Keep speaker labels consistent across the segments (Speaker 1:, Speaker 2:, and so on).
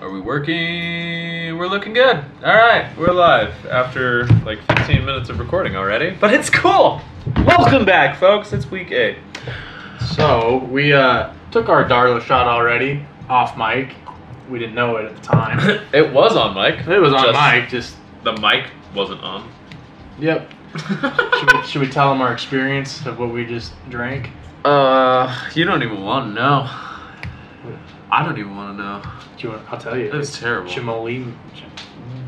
Speaker 1: Are we working? We're looking good. All right, we're live after like 15 minutes of recording already, but it's cool. Welcome back, folks. It's week eight.
Speaker 2: So we uh, took our Darla shot already off mic. We didn't know it at the time.
Speaker 1: It was on mic.
Speaker 2: It was on
Speaker 1: Just
Speaker 2: mic. Just
Speaker 1: The mic wasn't on.
Speaker 2: yep. should, we, should we tell them our experience of what we just drank?
Speaker 1: uh, you don't even want to know. I don't even want to know.
Speaker 2: Do you want? I'll tell you.
Speaker 1: That was
Speaker 2: It's
Speaker 1: terrible.
Speaker 2: Chamoli, ch-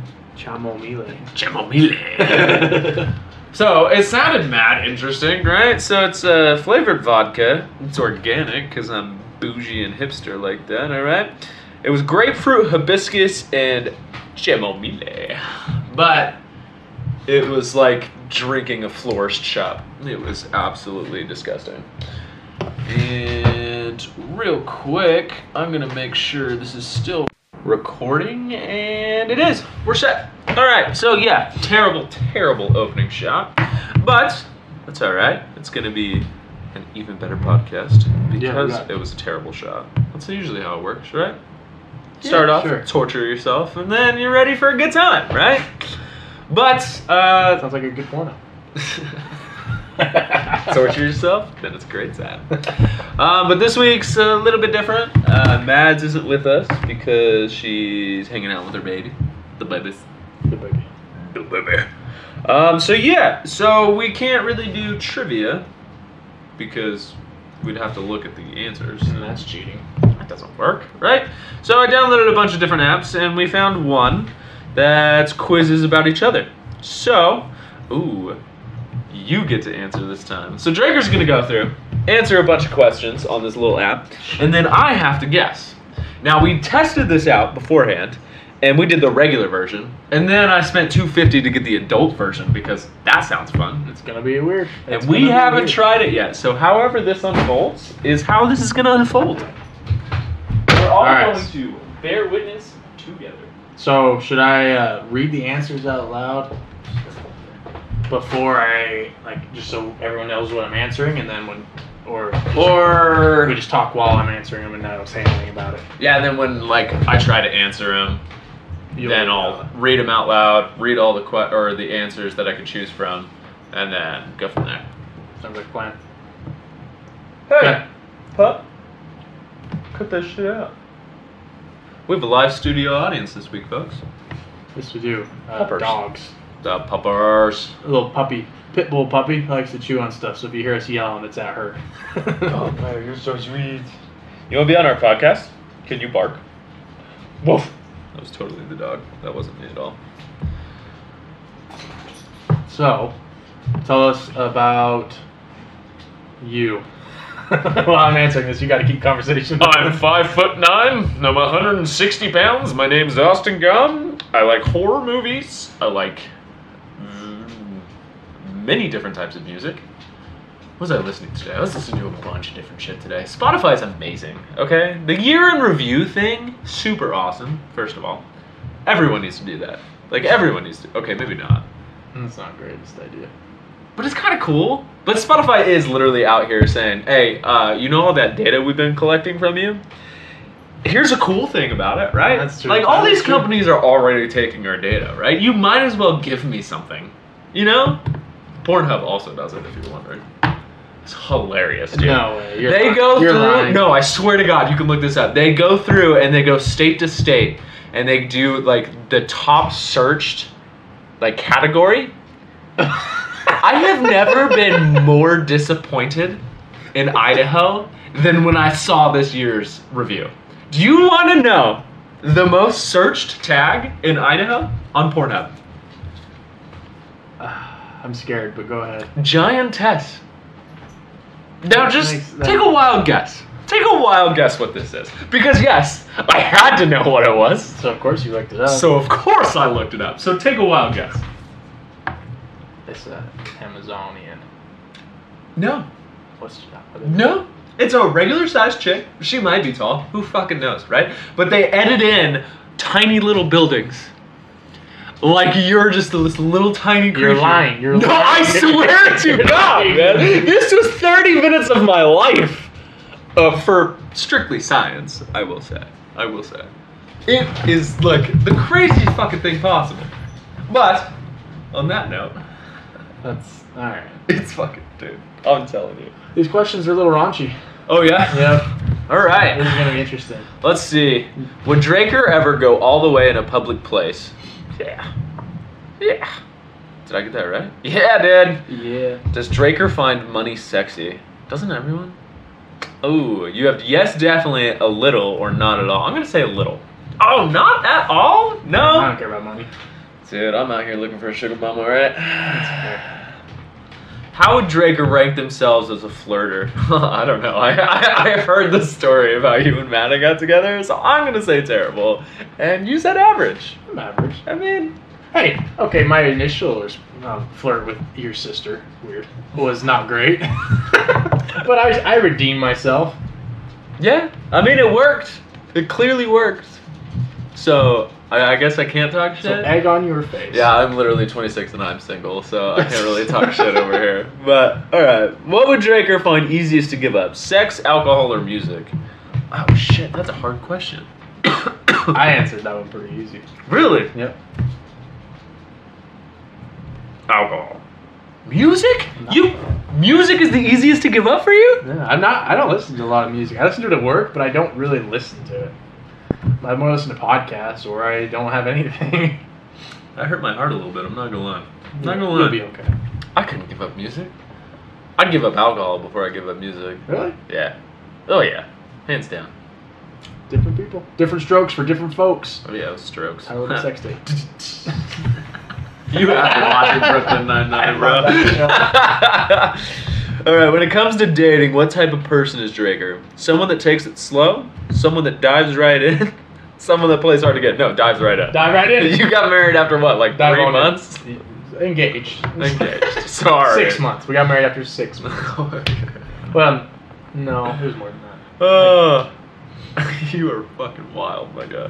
Speaker 2: chamomile.
Speaker 1: Chamomile. So it sounded mad interesting, right? So it's uh, flavored vodka. It's organic because I'm bougie and hipster like that. All right. It was grapefruit, hibiscus, and chamomile, but it was like drinking a florist shop. It was absolutely disgusting. And real quick, I'm gonna make sure this is still recording, and it is. We're set. All right. So yeah, terrible, terrible opening shot, but that's all right. It's gonna be an even better podcast because
Speaker 2: got-
Speaker 1: it was a terrible shot. That's usually how it works, right?
Speaker 2: Yeah,
Speaker 1: Start off,
Speaker 2: sure.
Speaker 1: torture yourself, and then you're ready for a good time, right? But uh,
Speaker 2: Sounds like a good porno.
Speaker 1: torture yourself, then it's a great time. Um, but this week's a little bit different. Uh, Mads isn't with us because she's hanging out with her baby. The babies.
Speaker 2: Good baby.
Speaker 1: The baby. Um, so, yeah, so we can't really do trivia because we'd have to look at the answers.
Speaker 2: And Mm, that's cheating.
Speaker 1: That doesn't work, right? So I downloaded a bunch of different apps, and we found one that's quizzes about each other. So, ooh, you get to answer this time. So Draker's gonna go through, answer a bunch of questions on this little app, and then I have to guess. Now we tested this out beforehand, and we did the regular version, and then I spent 250 to get the adult version because that sounds fun.
Speaker 2: It's gonna be weird. It's
Speaker 1: And we
Speaker 2: gonna be
Speaker 1: haven't
Speaker 2: weird.
Speaker 1: tried it yet. So, however this unfolds is how this is going to unfold. We're all,
Speaker 2: right.
Speaker 1: going to bear witness together.
Speaker 2: So should I uh, read the answers out loud before I like just so everyone knows what I'm answering, and then when or
Speaker 1: Or
Speaker 2: we just talk while I'm answering them and not say anything about it.
Speaker 1: yeah, then when like I try to answer them,
Speaker 2: You'll- uh,
Speaker 1: then I'll read them out loud, read all the que- or the answers that I can choose from, and then go from there.
Speaker 2: Sounds like a plan.
Speaker 1: Hey,
Speaker 2: Okay.
Speaker 1: pup, cut that shit out. We have a live studio audience this week, folks.
Speaker 2: Yes, we do. Uh,
Speaker 1: Puppers.
Speaker 2: dogs.
Speaker 1: The puppers.
Speaker 2: A little puppy, pit bull puppy, likes to chew on stuff. So if you hear us yelling, it's at her.
Speaker 1: Oh,
Speaker 3: man, you're so sweet.
Speaker 1: You want to be on our podcast? Can you bark? Woof. That was totally the dog. That wasn't me at all.
Speaker 2: so, tell us about you. While I'm answering this, you got to keep conversation.
Speaker 1: Oh, I'm five foot nine. I'm 160 pounds. My name's Austin Gum. I like horror movies. I like mm, many different types of music. What was I listening to today? I was listening to a bunch of different shit today. Spotify's amazing. Okay, the year in review thing, super awesome. First of all, everyone needs to do that. Like everyone needs to. Okay, maybe not.
Speaker 2: That's not the greatest idea.
Speaker 1: But it's kind of cool. But Spotify is literally out here saying, hey, uh, you know all that data we've been collecting from you? Here's a cool thing about it, right?
Speaker 2: That's true.
Speaker 1: Like, all
Speaker 2: That is
Speaker 1: these
Speaker 2: true.
Speaker 1: companies are already taking our data, right? You might as well give me something. You know? Pornhub also does it, if you're wondering. It's hilarious, dude.
Speaker 2: No way. You're
Speaker 1: They
Speaker 2: lying.
Speaker 1: go
Speaker 2: You're
Speaker 1: through.
Speaker 2: lying.
Speaker 1: No, I swear to God, you can look this up. They go through and they go state to state, and they do like the top searched, like category. I have never been more disappointed in Idaho than when I saw this year's review. Do you want to know the most searched tag in Idaho on Pornhub?
Speaker 2: I'm scared, but go ahead.
Speaker 1: Giantess. Now
Speaker 2: That
Speaker 1: just
Speaker 2: makes- that-
Speaker 1: take a wild guess. Take a wild guess what this is. Because yes, I had to know what it was.
Speaker 2: So of course you looked it up.
Speaker 1: So of course I looked it up. So take a wild guess.
Speaker 2: it's uh, Amazonian.
Speaker 1: No.
Speaker 2: What's what is it?
Speaker 1: No. It's a regular sized chick. She might be tall. Who fucking knows, right? But they edit in tiny little buildings. Like you're just this little tiny creature.
Speaker 2: You're lying. You're
Speaker 1: no,
Speaker 2: lying.
Speaker 1: I swear to God, man. This was 30 minutes of my life. Uh, for strictly science, I will say. I will say. It is like the craziest fucking thing possible. But on that note,
Speaker 2: That's all right.
Speaker 1: it's fucking dude. I'm telling you.
Speaker 2: These questions are a little raunchy.
Speaker 1: Oh yeah.
Speaker 2: Yeah,
Speaker 1: All
Speaker 2: this is
Speaker 1: right.
Speaker 2: gonna be interesting.
Speaker 1: Let's see. Would Draker ever go all the way in a public place? Yeah. Yeah. Did I get that right? Yeah, dude.
Speaker 2: Yeah.
Speaker 1: Does Draker find money sexy? Doesn't everyone? Oh, you have yes, definitely a little or not at all. I'm gonna say a little. Oh, not at all?
Speaker 2: I don't
Speaker 1: No.
Speaker 2: care about money.
Speaker 1: Dude, I'm out here looking for a sugar mama, right?
Speaker 2: fair.
Speaker 1: How would Draker rank themselves as a flirter? I don't know. I, I I heard the story about you and Matta got together, so I'm gonna say terrible, and you said average.
Speaker 2: I'm average.
Speaker 1: I mean,
Speaker 2: Hey, okay, my initial res- um, flirt with your sister, weird, was not great. but I, I redeemed myself.
Speaker 1: yeah. I mean, it worked. It clearly worked. So I, I guess I can't talk shit.
Speaker 2: So egg on your face.
Speaker 1: Yeah, I'm literally 26 and I'm single, so I can't really talk shit over here. But all right, what would Draker find easiest to give up? Sex, alcohol, or music? Oh shit, that's a hard question.
Speaker 2: I answered that one pretty easy.
Speaker 1: really
Speaker 2: Yep.
Speaker 1: alcohol. Music? You music is the easiest to give up for you?
Speaker 2: Yeah, I'm not. I don't listen to a lot of music. I listen to it at work, but I don't really listen to it. I more listen to podcasts, or I don't have anything.
Speaker 1: That hurt my heart a little bit. I'm not gonna lie. Not gonna
Speaker 2: You'll
Speaker 1: lie.
Speaker 2: be okay.
Speaker 1: I couldn't give up music. I'd give up alcohol before I give up music.
Speaker 2: Really?
Speaker 1: Yeah. Oh yeah. Hands down.
Speaker 2: Different people, different strokes for different folks.
Speaker 1: Oh yeah, it was strokes.
Speaker 2: How would a sex date?
Speaker 1: You have been watching Brooklyn Nine Nine, bro. All right. When it comes to dating, what type of person is Draker? Someone that takes it slow, someone that dives right in, someone that plays hard to get. No, dives right in.
Speaker 2: Dive right in.
Speaker 1: You got married after what, like
Speaker 2: Dive
Speaker 1: three
Speaker 2: on in.
Speaker 1: months?
Speaker 2: Engaged.
Speaker 1: Engaged. Sorry.
Speaker 2: Six months. We got married after six months. Well, no, it was more than that.
Speaker 1: Oh, you are fucking wild, my guy.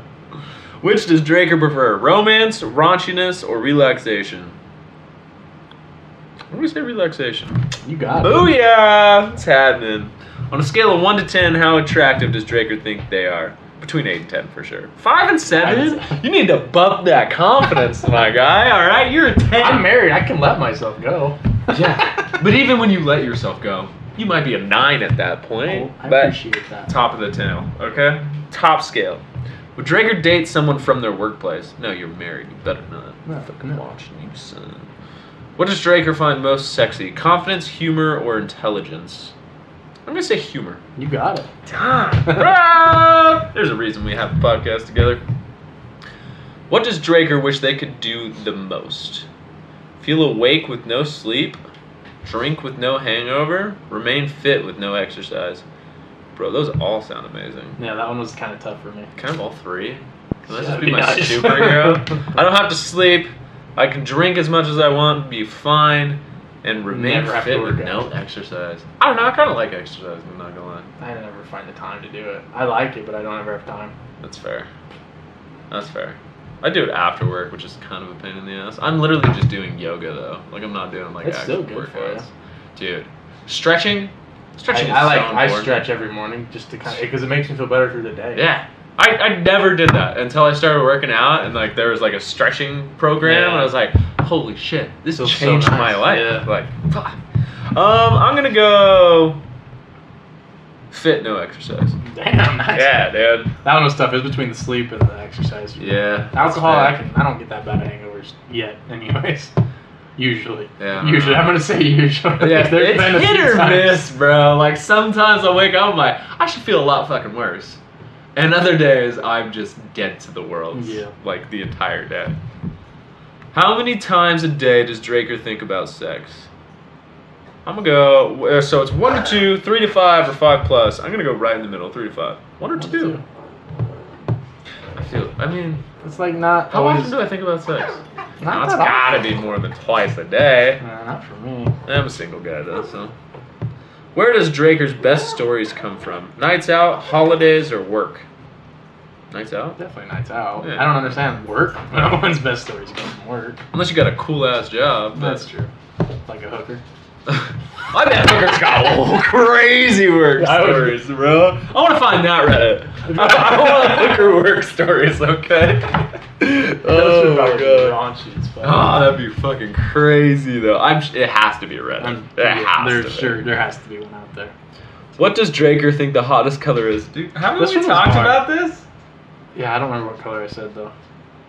Speaker 1: Which does Draker prefer, romance, raunchiness, or relaxation? I'm gonna say relaxation.
Speaker 2: You got it.
Speaker 1: Uh, Booyah! It's happening. On a scale of 1 to 10, how attractive does Draker think they are? Between 8 and 10 for sure. 5 and 7?
Speaker 2: Five and
Speaker 1: You need to bump that confidence, my guy, alright? You're a 10.
Speaker 2: I'm married. I can let myself go.
Speaker 1: Yeah. But even when you let yourself go, you might be a 9 at that point.
Speaker 2: Oh, I
Speaker 1: but
Speaker 2: appreciate that.
Speaker 1: top of the tail, okay? Top scale. Would Draker date someone from their workplace? No, you're married. You better not.
Speaker 2: No,
Speaker 1: Fucking
Speaker 2: no.
Speaker 1: watching you, son. What does Draker find most sexy? Confidence, humor, or intelligence? I'm gonna say humor.
Speaker 2: You got it.
Speaker 1: Bruh! There's a reason we have a podcast together. What does Draker wish they could do the most? Feel awake with no sleep, drink with no hangover, remain fit with no exercise. Bro, those all sound amazing.
Speaker 2: Yeah, that one was kind of tough for me.
Speaker 1: Kind of all three. Can that
Speaker 2: That'd
Speaker 1: just be
Speaker 2: be
Speaker 1: my
Speaker 2: nice.
Speaker 1: superhero? I don't have to sleep. I can drink as much as I want, be fine, and remain
Speaker 2: Never have to
Speaker 1: fit with
Speaker 2: work
Speaker 1: no
Speaker 2: out.
Speaker 1: exercise. I don't know. I kind of like exercise. I'm not gonna lie.
Speaker 2: I never find the time to do it. I like it, but I don't ever have time.
Speaker 1: That's fair. That's fair. I do it after work, which is kind of a pain in the ass. I'm literally just doing yoga though. Like I'm not doing like
Speaker 2: It's
Speaker 1: actual
Speaker 2: still good for
Speaker 1: workouts. Dude, stretching. Stretching.
Speaker 2: I,
Speaker 1: is
Speaker 2: I
Speaker 1: so
Speaker 2: like I
Speaker 1: important.
Speaker 2: stretch every morning just to kind of because it makes me feel better through the day.
Speaker 1: Yeah. I, I never did that until I started working out and like there was like a stretching program and I
Speaker 2: Yeah.
Speaker 1: was like, holy shit, this
Speaker 2: Feels so
Speaker 1: changed
Speaker 2: nice.
Speaker 1: my life.
Speaker 2: Yeah.
Speaker 1: Like, fuck. Um, I'm gonna go fit, no exercise.
Speaker 2: Damn. Nice.
Speaker 1: Yeah, dude.
Speaker 2: That one was tough. It was between the sleep and the exercise.
Speaker 1: Yeah.
Speaker 2: Alcohol,
Speaker 1: That's
Speaker 2: I
Speaker 1: fair.
Speaker 2: can. I don't get that bad of hangovers yet. Anyways, usually.
Speaker 1: Yeah, I don't
Speaker 2: Usually,
Speaker 1: know.
Speaker 2: I'm gonna say usually.
Speaker 1: Yeah,
Speaker 2: There's
Speaker 1: it's
Speaker 2: been a
Speaker 1: hit
Speaker 2: few
Speaker 1: or
Speaker 2: times-
Speaker 1: miss, bro. Like sometimes I wake up, I'm like, I should feel a lot fucking worse, and other days I'm just dead to the world.
Speaker 2: Yeah.
Speaker 1: like the entire day. How many times a day does Draker think about sex? I'm gonna go. uh, So it's one to two, three to five, or five plus. I'm gonna go right in the middle, three to five. One or
Speaker 2: One or
Speaker 1: two.
Speaker 2: two.
Speaker 1: I feel. I mean,
Speaker 2: It's like not
Speaker 1: how
Speaker 2: always.
Speaker 1: often do I think about sex? No,
Speaker 2: not
Speaker 1: it's
Speaker 2: that
Speaker 1: gotta
Speaker 2: often.
Speaker 1: be more than twice a day.
Speaker 2: Nah, not for me.
Speaker 1: I'm a single guy though, so. Where does Draker's best stories come from? Nights out, holidays, or work? Nights out?
Speaker 2: Definitely nights out.
Speaker 1: Yeah.
Speaker 2: I don't understand work. No one's best stories come from work.
Speaker 1: Unless you got a cool ass job. but-
Speaker 2: true. Like a hooker.
Speaker 1: I bet Hooker's got a whole crazy work
Speaker 2: I would-
Speaker 1: stories, bro. I want to find that Reddit. I, I want Hooker work stories, okay?
Speaker 2: Those
Speaker 1: Oh
Speaker 2: are
Speaker 1: my
Speaker 2: probably
Speaker 1: god.
Speaker 2: raunchy as fuck.
Speaker 1: Oh, that'd be fucking crazy though. I'm. s- It has to be Reddit.
Speaker 2: I'm-
Speaker 1: it has
Speaker 2: there's
Speaker 1: to be.
Speaker 2: sure there has to be one out there.
Speaker 1: What does Draker think the hottest color is? Dude, haven't
Speaker 2: This
Speaker 1: we
Speaker 2: one was
Speaker 1: talked
Speaker 2: hard.
Speaker 1: about this?
Speaker 2: Yeah, I don't remember what color I said though.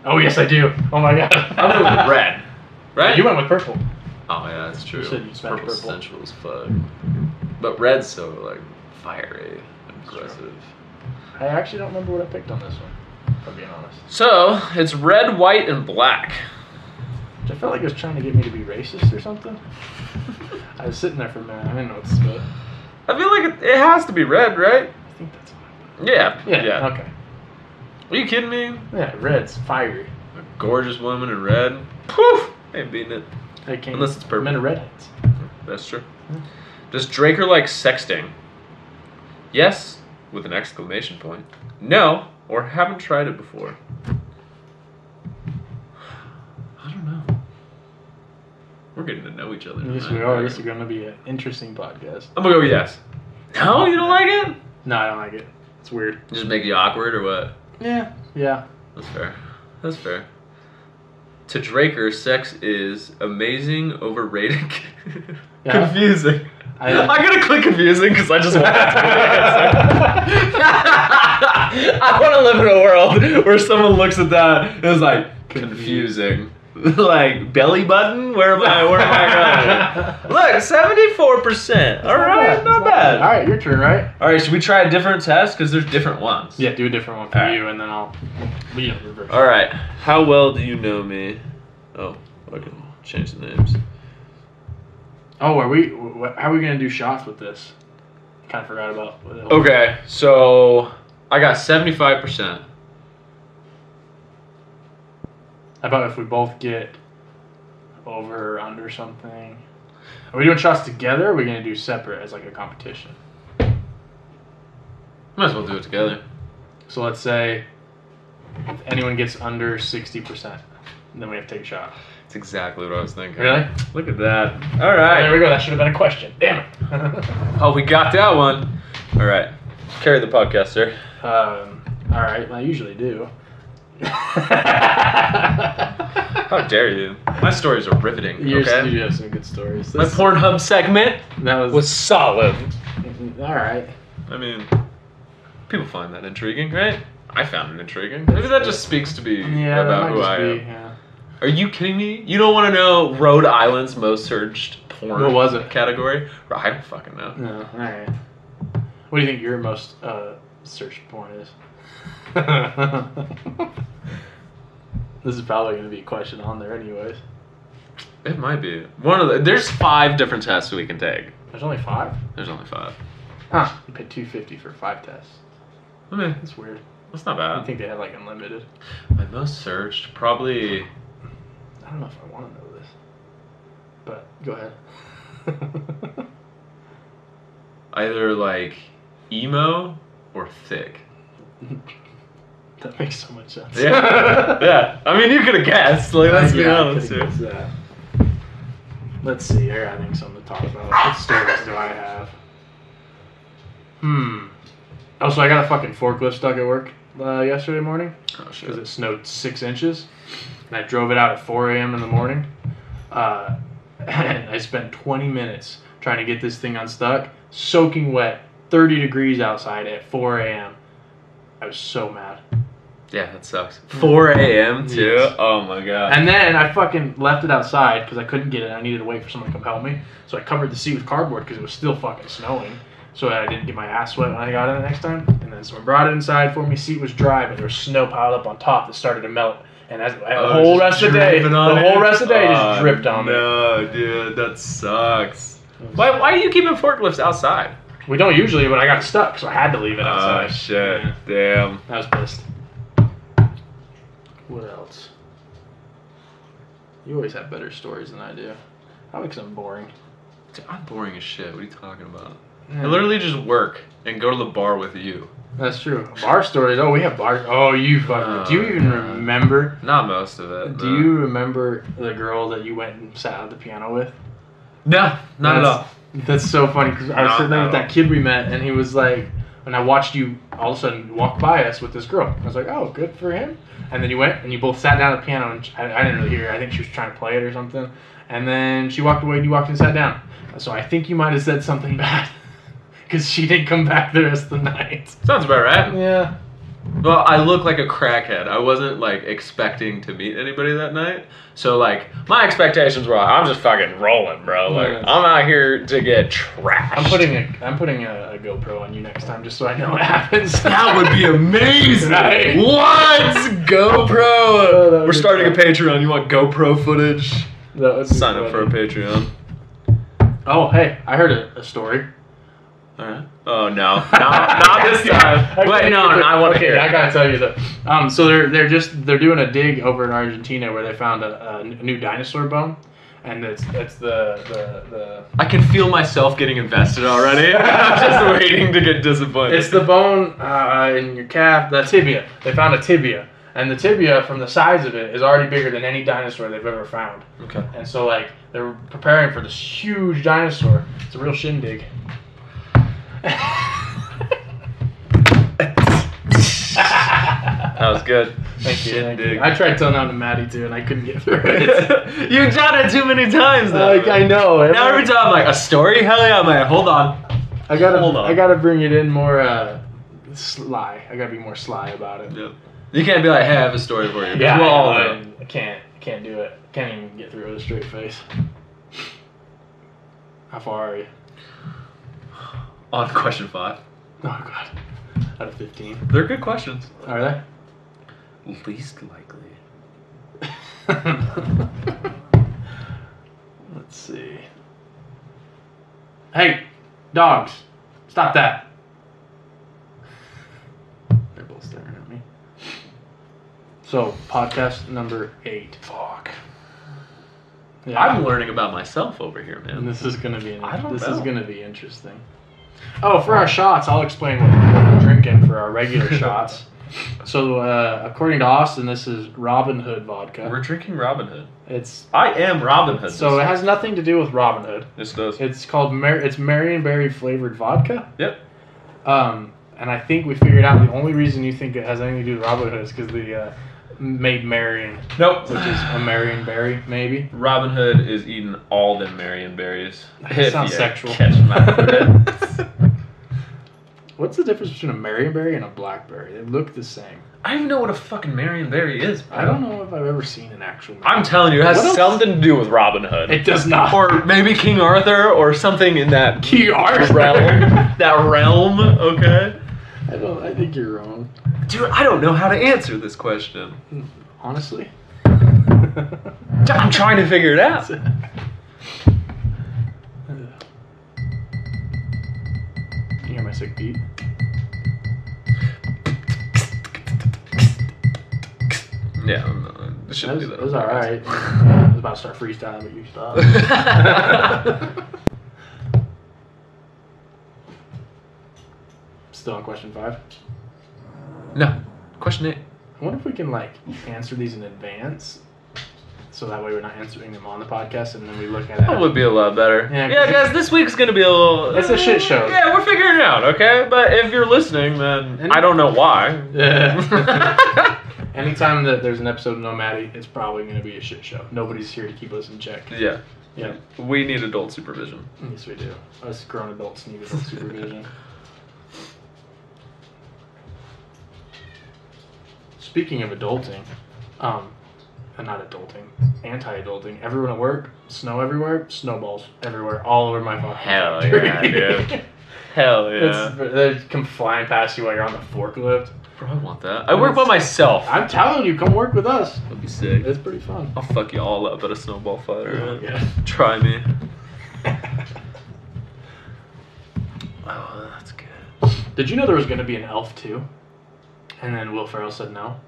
Speaker 2: Oh yes, I do. Oh my god.
Speaker 1: I went with red. Right?
Speaker 2: You went with purple.
Speaker 1: Oh yeah, that's true.
Speaker 2: You said you smashed
Speaker 1: purple's
Speaker 2: purple.
Speaker 1: sensual as fuck. But red's so like fiery, and
Speaker 2: That's true.
Speaker 1: aggressive.
Speaker 2: I actually don't remember what I picked on this one. If I'm being honest,
Speaker 1: So it's red, white, and black.
Speaker 2: Which I felt like it was trying to get me to be racist or something. I was sitting there for a minute. I didn't know what to spit.
Speaker 1: I feel like it, it has to be red, right?
Speaker 2: I think that's what I picked.
Speaker 1: Yeah.
Speaker 2: Yeah. Okay.
Speaker 1: Are you kidding me?
Speaker 2: Yeah, red's fiery.
Speaker 1: A gorgeous woman in red. Poof! Ain't beating it.
Speaker 2: They came
Speaker 1: Unless it's purple.
Speaker 2: Men are redheads.
Speaker 1: That's true. Does Draker like sexting? Yes, with an exclamation point. No, or haven't tried it before. I don't know. We're getting to know each other.
Speaker 2: Yes,
Speaker 1: tonight,
Speaker 2: we are.
Speaker 1: right?
Speaker 2: This is going to be an interesting podcast.
Speaker 1: I'm gonna go with yes. No, you don't like it?
Speaker 2: No, I don't like it. It's weird.
Speaker 1: Just make you awkward or what?
Speaker 2: Yeah. Yeah.
Speaker 1: That's fair. That's fair. To Draker, sex is amazing, overrated,
Speaker 2: Yeah.
Speaker 1: confusing. I,
Speaker 2: I-
Speaker 1: am gotta click confusing because I just want to. I want to live in a world where someone looks at that and is like confusing. like belly button? Where am I? Where am I going? Look, seventy-four percent. All right,
Speaker 2: It's
Speaker 1: not bad.
Speaker 2: All right, your turn, right?
Speaker 1: All right, should we try a different test? Because there's different ones.
Speaker 2: Yeah, do a different one for
Speaker 1: All right.
Speaker 2: you, and then I'll. We don't reverse.
Speaker 1: All right. How well do you know me? Oh, I can change the names.
Speaker 2: Oh, are we? wh- How are we gonna do shots with this? Kind of forgot about. what the-
Speaker 1: Okay, so I got seventy-five percent.
Speaker 2: How about if we both get over or under something? Are we doing shots together? Or are we gonna do separate as like a competition?
Speaker 1: Might as well do it together.
Speaker 2: So let's say if anyone gets under sixty percent, then we have to take a shot.
Speaker 1: That's exactly what I was thinking.
Speaker 2: Really?
Speaker 1: Look at that. All
Speaker 2: There
Speaker 1: right.
Speaker 2: we go. That should have been a question. Damn it.
Speaker 1: Oh, we got that one. All right. Carry the podcast, sir.
Speaker 2: um, all right. Well, I usually do. How
Speaker 1: How dare you? My stories are riveting.
Speaker 2: Yours,
Speaker 1: okay.
Speaker 2: You have some good stories.
Speaker 1: My
Speaker 2: This-
Speaker 1: Pornhub segment
Speaker 2: that was,
Speaker 1: was solid.
Speaker 2: all right.
Speaker 1: I mean, people find that intriguing, right? I found it intriguing. Maybe that just speaks to me
Speaker 2: Yeah,
Speaker 1: about
Speaker 2: that
Speaker 1: who
Speaker 2: might
Speaker 1: I
Speaker 2: just
Speaker 1: am.
Speaker 2: be. Yeah.
Speaker 1: Are you kidding me? You don't want to know Rhode Island's most searched porn
Speaker 2: What was it?
Speaker 1: category? I don't fucking know.
Speaker 2: No, all right. What do you think your most uh, searched porn is? this is probably going to be a question on there, anyways.
Speaker 1: It might be one of the. There's five different tests we can take.
Speaker 2: There's only five.
Speaker 1: There's only five.
Speaker 2: Huh? You paid two fifty for five tests.
Speaker 1: I mean,
Speaker 2: That's weird.
Speaker 1: that's not
Speaker 2: I
Speaker 1: bad.
Speaker 2: think they had like unlimited.
Speaker 1: My most searched probably.
Speaker 2: I don't know if I want to know this, but go ahead.
Speaker 1: either like emo or thick.
Speaker 2: that makes so much sense.
Speaker 1: Yeah, yeah. I mean, you could have guessed. Like, let's be
Speaker 2: Yeah, I
Speaker 1: honest
Speaker 2: could've
Speaker 1: here.
Speaker 2: guessed that. Let's see here. I think something to talk about. What stories do I have? Hmm. Oh, so I got a fucking forklift stuck at work uh, yesterday morning
Speaker 1: Oh
Speaker 2: because
Speaker 1: shit.
Speaker 2: it snowed six inches, and I drove it out at 4 a.m. in the morning. Uh, and I spent 20 minutes trying to get this thing unstuck, soaking wet, 30 degrees outside at 4 a.m. I was so mad.
Speaker 1: Yeah, that sucks. 4 a.m. too.
Speaker 2: Yes.
Speaker 1: Oh my god.
Speaker 2: And then I fucking left it outside because I couldn't get it. I needed to wait for someone to come help me. So I covered the seat with cardboard because it was still fucking snowing. So that I didn't get my ass wet when I got in the next time. And then someone brought it inside for me. Seat was dry, but there was snow piled up on top that started to melt. And that's, the
Speaker 1: Oh,
Speaker 2: whole
Speaker 1: just
Speaker 2: rest of the day, the
Speaker 1: dripping on
Speaker 2: whole
Speaker 1: it?
Speaker 2: rest of the day
Speaker 1: Oh,
Speaker 2: just dripped on me.
Speaker 1: No, dude, that sucks. Why, why are you keeping forklifts outside?
Speaker 2: We don't usually, but I got stuck, so I had to leave it
Speaker 1: Oh
Speaker 2: outside.
Speaker 1: shit.
Speaker 2: Yeah,
Speaker 1: Damn.
Speaker 2: I was pissed. What else? You always have better stories than I do. I think I'm boring.
Speaker 1: Dude, I'm boring as shit. What are you talking about? I literally just work and go to the bar with you.
Speaker 2: That's true. Bar stories. Oh, we have bar. Oh, you fucking.
Speaker 1: Oh,
Speaker 2: do you even
Speaker 1: yeah.
Speaker 2: remember?
Speaker 1: Not most of it.
Speaker 2: Do
Speaker 1: no.
Speaker 2: you remember the girl that you went and sat at the piano with?
Speaker 1: No, not at
Speaker 2: That's-
Speaker 1: all.
Speaker 2: That's so funny because I was
Speaker 1: Not
Speaker 2: sitting there
Speaker 1: at
Speaker 2: with that
Speaker 1: all.
Speaker 2: kid we met, and he was like, and I watched you all of a sudden walk by us with this girl. I was like, oh, good for him. And then you went and you both sat down at the piano, and I, I didn't really hear. Her. I think she was trying to play it or something. And then she walked away, and you walked and sat down. So I think you might have said something bad because she didn't come back the rest of the night.
Speaker 1: Sounds about right.
Speaker 2: Yeah.
Speaker 1: Well, I look like a crackhead. I wasn't like expecting to meet anybody that night. So like my expectations were I'm just fucking rolling, bro. Like
Speaker 2: Yeah.
Speaker 1: I'm out here to get trashed.
Speaker 2: I'm putting a I'm putting a, a GoPro on you next time just so I know what happens.
Speaker 1: That would be amazing.
Speaker 2: Right?
Speaker 1: What? GoPro.
Speaker 2: Oh, that would
Speaker 1: We're
Speaker 2: be
Speaker 1: starting a
Speaker 2: fun.
Speaker 1: Patreon. You want GoPro footage?
Speaker 2: That would be
Speaker 1: Sign up for a
Speaker 2: funny.
Speaker 1: Patreon.
Speaker 2: Oh hey, I heard a, a story.
Speaker 1: Alright. Oh no, no, not this time. Wait, no, no, I want to
Speaker 2: okay,
Speaker 1: hear.
Speaker 2: I
Speaker 1: it.
Speaker 2: gotta tell you that. Um, so they're they're just they're doing a dig over in Argentina where they found a, a new dinosaur bone, and it's it's the the,
Speaker 1: I can feel myself getting invested already. I'm just waiting to get
Speaker 2: the
Speaker 1: disappointed.
Speaker 2: it's the bone uh, in your calf, the tibia. They found a tibia, and the tibia from the size of it is already bigger than any dinosaur they've ever found.
Speaker 1: okay.
Speaker 2: And so like they're preparing for this huge dinosaur. It's a real shindig.
Speaker 1: That was good.
Speaker 2: Thank you. Thank
Speaker 1: Shindig.
Speaker 2: you. I tried telling out to Maddie too, and I couldn't get through it.
Speaker 1: You've done it too many times though.
Speaker 2: like I know.
Speaker 1: now every time I'm like a story. Hell yeah, man. Hold on.
Speaker 2: I gotta,
Speaker 1: Hold on.
Speaker 2: I gotta bring it in more uh, sly. I gotta be more sly about it.
Speaker 1: You can't be like, hey, I have a story for you.
Speaker 2: Yeah,
Speaker 1: We'll uh, all
Speaker 2: I,
Speaker 1: know.
Speaker 2: know, I can't, I can't do it. Can't even get through with a straight face. How far are you?
Speaker 1: on question five.
Speaker 2: Oh god, out of fifteen.
Speaker 1: They're good questions.
Speaker 2: Are they?
Speaker 1: Least likely.
Speaker 2: Let's see. Hey, dogs, stop that. They're both staring at me. So, podcast number eight. Fuck. Yeah,
Speaker 1: I'm learning about myself over here,
Speaker 2: and
Speaker 1: man.
Speaker 2: this is gonna be an,
Speaker 1: I don't
Speaker 2: this is
Speaker 1: know.
Speaker 2: gonna be interesting. Oh, for our shots, I'll explain what we're drinking for our regular shots. So, uh, according to Austin, this is Robin Hood vodka.
Speaker 1: We're drinking Robin Hood.
Speaker 2: It's
Speaker 1: I am Robin Hood.
Speaker 2: so it has nothing to do with Robin Hood.
Speaker 1: this does.
Speaker 2: It's called Mar- it's Marion Berry flavored vodka.
Speaker 1: Yep.
Speaker 2: Um, and I think we figured out the only reason you think it has anything to do with Robin Hood is because the uh, made Marion,
Speaker 1: Nope.
Speaker 2: which is a Marion Berry, maybe.
Speaker 1: Robin Hood is eating all them Marion berries.
Speaker 2: That
Speaker 1: If
Speaker 2: sounds
Speaker 1: you
Speaker 2: sexual.
Speaker 1: Catch my drift.
Speaker 2: What's the difference between a Marion Berry and a blackberry? They look the same.
Speaker 1: I don't even know what a fucking Marion berry is. bro.
Speaker 2: I don't know if I've ever seen an actual.
Speaker 1: I'm telling you, it has
Speaker 2: What else?
Speaker 1: something to do with Robin Hood,
Speaker 2: it does not.
Speaker 1: or maybe King Arthur, or something in that
Speaker 2: Key Arthur.
Speaker 1: realm. that realm. Okay.
Speaker 2: I don't. I think you're wrong.
Speaker 1: Dude, I don't know how to answer this question.
Speaker 2: Honestly.
Speaker 1: I'm trying to figure it out.
Speaker 2: You hear my sick beat?
Speaker 1: Yeah, no, it
Speaker 2: That
Speaker 1: shouldn't
Speaker 2: was,
Speaker 1: be that.
Speaker 2: that was all right. I was about to start freestyling, but you stopped. Still on question five.
Speaker 1: No, question eight.
Speaker 2: I wonder if we can like answer these in advance, so that way we're not answering them on the podcast, and then we look at it.
Speaker 1: That would be a lot better.
Speaker 2: Yeah,
Speaker 1: Yeah, guys, this week's gonna be a little.
Speaker 2: It's a shit show.
Speaker 1: Yeah, we're figuring it out, okay? But if you're listening, then
Speaker 2: And-
Speaker 1: I don't know why.
Speaker 2: Yeah. Anytime that there's an episode of No Maddie, it's probably going to be a shit show. Nobody's here to keep us in check.
Speaker 1: yeah,
Speaker 2: Yeah.
Speaker 1: we need adult supervision.
Speaker 2: Yes, we do. Us grown adults need adult supervision. Speaking of adulting, um, uh, not adulting, anti-adulting. Everyone at work, snow everywhere, snowballs everywhere, all over my fucking
Speaker 1: Hell
Speaker 2: factory.
Speaker 1: yeah, dude. Hell yeah.
Speaker 2: It's, they come flying past you while you're on the forklift.
Speaker 1: Bro, I want that. I work by myself.
Speaker 2: I'm telling you, come work with us.
Speaker 1: That'd be sick.
Speaker 2: It's pretty fun.
Speaker 1: I'll fuck you all up at a snowball fight. alright?
Speaker 2: Yeah.
Speaker 1: Try me. Oh, that's good.
Speaker 2: Did you know there was going to be an elf too? And then Will Ferrell said no.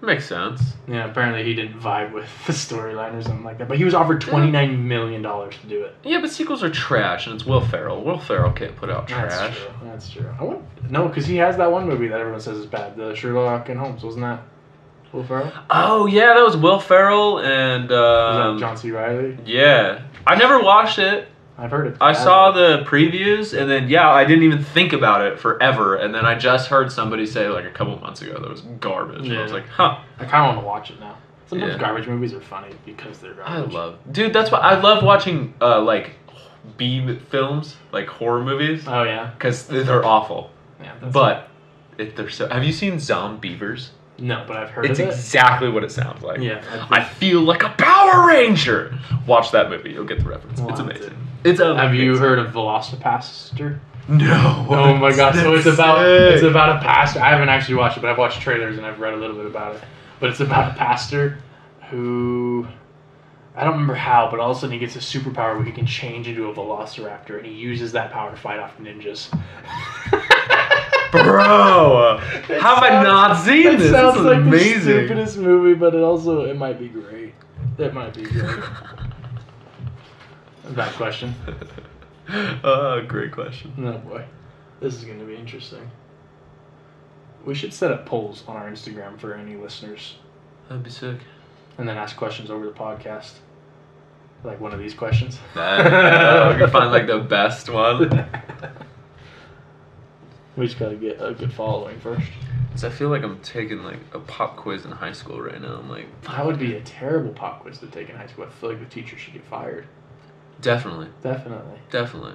Speaker 1: Makes sense.
Speaker 2: Yeah, apparently he didn't vibe with the storyline or something like that. But he was offered twenty nine million dollars to do it.
Speaker 1: Yeah, but sequels are trash, and it's Will Ferrell. Will Ferrell can't put out trash.
Speaker 2: That's true. That's true. I want, no, because he has that one movie that everyone says is bad, the Sherlock and Holmes, wasn't that Will Ferrell? Was
Speaker 1: Oh yeah, that was Will Ferrell and
Speaker 2: that
Speaker 1: um,
Speaker 2: John C. Riley?
Speaker 1: yeah. I never watched it.
Speaker 2: I've heard it.
Speaker 1: I saw the previews and then yeah, I didn't even think about it forever. And then I just heard somebody say like a couple months ago that it was garbage. And I was
Speaker 2: Yeah.
Speaker 1: like, huh.
Speaker 2: I kind of want to watch it now. Sometimes
Speaker 1: Yeah.
Speaker 2: garbage movies are funny because they're
Speaker 1: I
Speaker 2: garbage.
Speaker 1: love, dude. That's why I love watching uh, like B films, like horror movies,
Speaker 2: Oh yeah.
Speaker 1: because they're awful.
Speaker 2: Yeah. that's-
Speaker 1: But if they're so, have you seen Zombievers?
Speaker 2: no, but I've heard
Speaker 1: It's
Speaker 2: of it.
Speaker 1: exactly what it sounds like.
Speaker 2: yeah.
Speaker 1: I feel like a Power Ranger. Watch that movie. You'll get the reference.
Speaker 2: Well,
Speaker 1: it's
Speaker 2: I'll have
Speaker 1: amazing. It's amazing.
Speaker 2: have you heard of Velocipaster?
Speaker 1: No.
Speaker 2: Oh my gosh! So it's about
Speaker 1: Sick.
Speaker 2: it's about a pastor. I haven't actually watched it, but I've watched trailers and I've read a little bit about it. But it's about a pastor who I don't remember how, but all of a sudden he gets a superpower where he can change into a velociraptor, and he uses that power to fight off ninjas.
Speaker 1: Bro,
Speaker 2: It
Speaker 1: how have I
Speaker 2: sounds-
Speaker 1: not seen
Speaker 2: It
Speaker 1: this? This
Speaker 2: sounds
Speaker 1: is
Speaker 2: like the
Speaker 1: amazing.
Speaker 2: stupidest movie, but it also it might be great. It might be great. Bad question.
Speaker 1: uh, great question.
Speaker 2: Oh boy, this is going to be interesting. We should set up polls on our Instagram for any listeners,
Speaker 1: That'd be sick.
Speaker 2: and then ask questions over the podcast, like one of these questions.
Speaker 1: Nah, you find like the best one.
Speaker 2: we just gotta get a good following first.
Speaker 1: So I feel like I'm taking like a pop quiz in high school right now. I'm like,
Speaker 2: That would be a terrible pop quiz to take in high school. I feel like the teacher should get fired.
Speaker 1: definitely,
Speaker 2: Definitely.
Speaker 1: definitely.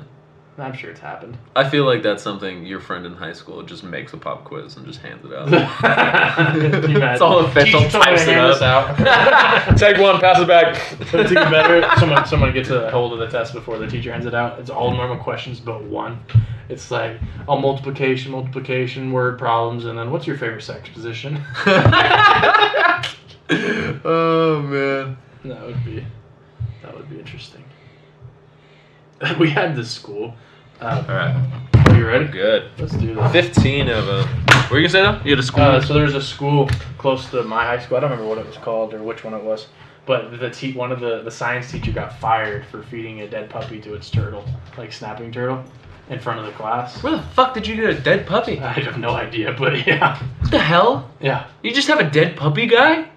Speaker 2: I'm sure it's happened.
Speaker 1: I feel like that's something your friend in high school just makes a pop quiz and just hands it out. it's all official. Types it up.
Speaker 2: out.
Speaker 1: Take one, pass it back.
Speaker 2: It's even better. Someone, someone gets a hold of the test before the teacher hands it out. It's all normal questions but one. It's like oh, multiplication, multiplication, word problems, and then what's your favorite sex position? that
Speaker 1: oh man.
Speaker 2: would be, that would be interesting. We had this school. Uh,
Speaker 1: All right,
Speaker 2: are you ready?
Speaker 1: good.
Speaker 2: Let's do this.
Speaker 1: Fifteen of them. What were you gonna say though? You had a school.
Speaker 2: Uh, so there's a school close to my high school. I don't remember what it was called or which one it was, but the te- one of the, the science teacher got fired for feeding a dead puppy to its turtle, like snapping turtle, in front of the class.
Speaker 1: Where the fuck did you get a dead puppy?
Speaker 2: I have no idea, but yeah,
Speaker 1: What the hell?
Speaker 2: yeah.
Speaker 1: You just have a dead puppy guy?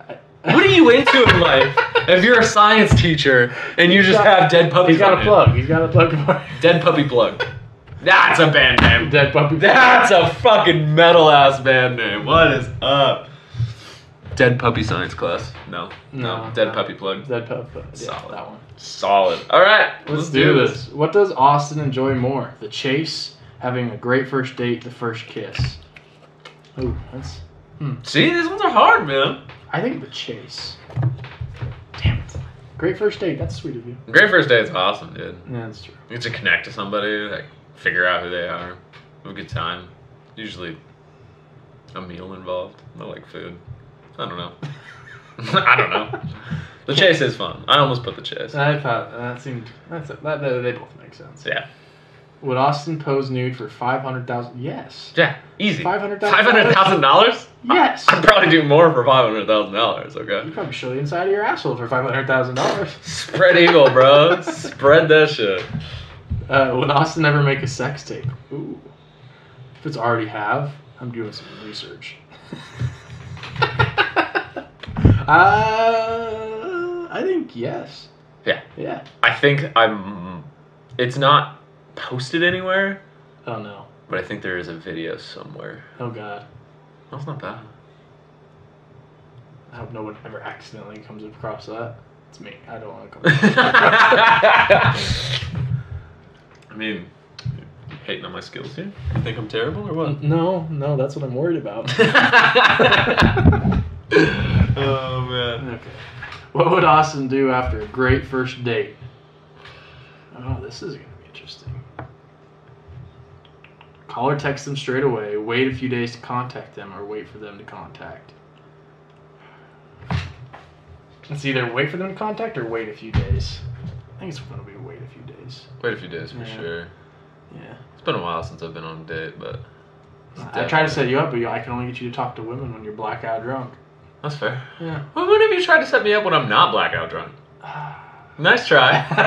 Speaker 1: What are you into in life? If you're a science teacher and you just have dead puppies,
Speaker 2: He's got
Speaker 1: on
Speaker 2: a
Speaker 1: you.
Speaker 2: plug. He's got a plug for
Speaker 1: Dead puppy plug. That's a band name.
Speaker 2: dead puppy.
Speaker 1: That's a fucking metal ass band name. What is up? Dead puppy science class. No, no,
Speaker 2: No,
Speaker 1: dead
Speaker 2: no.
Speaker 1: puppy plug.
Speaker 2: dead puppy. Yeah,
Speaker 1: Solid.
Speaker 2: That one.
Speaker 1: Solid. All right,
Speaker 2: Let's, do this. What does Austin enjoy more? The chase, having a great first date, the first kiss. Ooh, that's.
Speaker 1: See, these ones are hard, man.
Speaker 2: I think the chase. Damn it. Great first date. That's sweet of you.
Speaker 1: Great first date's awesome, dude.
Speaker 2: Yeah, that's true.
Speaker 1: You get to connect to somebody, like figure out who they are, have a good time. Usually, a meal involved. I like food. I don't know. I don't know. The chase is fun. I almost put the chase.
Speaker 2: I thought uh, that seemed that's a, that, that- they both make sense.
Speaker 1: Yeah,
Speaker 2: Would Austin pose nude for five hundred thousand? Yes.
Speaker 1: yeah, easy. Five
Speaker 2: $500,000?
Speaker 1: hundred thousand dollars.
Speaker 2: Yes.
Speaker 1: I'd probably do more for five hundred thousand dollars.
Speaker 2: You
Speaker 1: Okay.
Speaker 2: probably show the inside of your asshole for five hundred thousand dollars.
Speaker 1: Spread eagle, bro. Spread that shit.
Speaker 2: Uh, would Austin ever make a sex tape? Ooh. If it's already have, I'm doing some research. uh, I think yes.
Speaker 1: Yeah.
Speaker 2: Yeah.
Speaker 1: I think I'm. It's not posted anywhere,
Speaker 2: Oh no.
Speaker 1: but I think there is a video somewhere.
Speaker 2: Oh god.
Speaker 1: That's not bad.
Speaker 2: I hope no one ever accidentally comes across that. It's me. I don't want to come.
Speaker 1: I mean, you hating on my skills here? You think I'm terrible or what?
Speaker 2: No, no, that's what I'm worried about.
Speaker 1: oh man.
Speaker 2: okay. What would Austin do after a great first date? Oh, this is going to be interesting. Call or text them straight away, wait a few days to contact them, or wait for them to contact. It's either wait for them to contact or wait a few days. I think it's going to be wait a few days.
Speaker 1: Wait a few days for
Speaker 2: Yeah.
Speaker 1: sure.
Speaker 2: Yeah.
Speaker 1: It's been a while since I've been on a date, but
Speaker 2: I tried to set you up, but you- I can only get you to talk to women when you're blackout drunk.
Speaker 1: that's fair.
Speaker 2: Yeah.
Speaker 1: Well, when have you tried to set me up when I'm not blackout drunk? Nice try. Nice try. All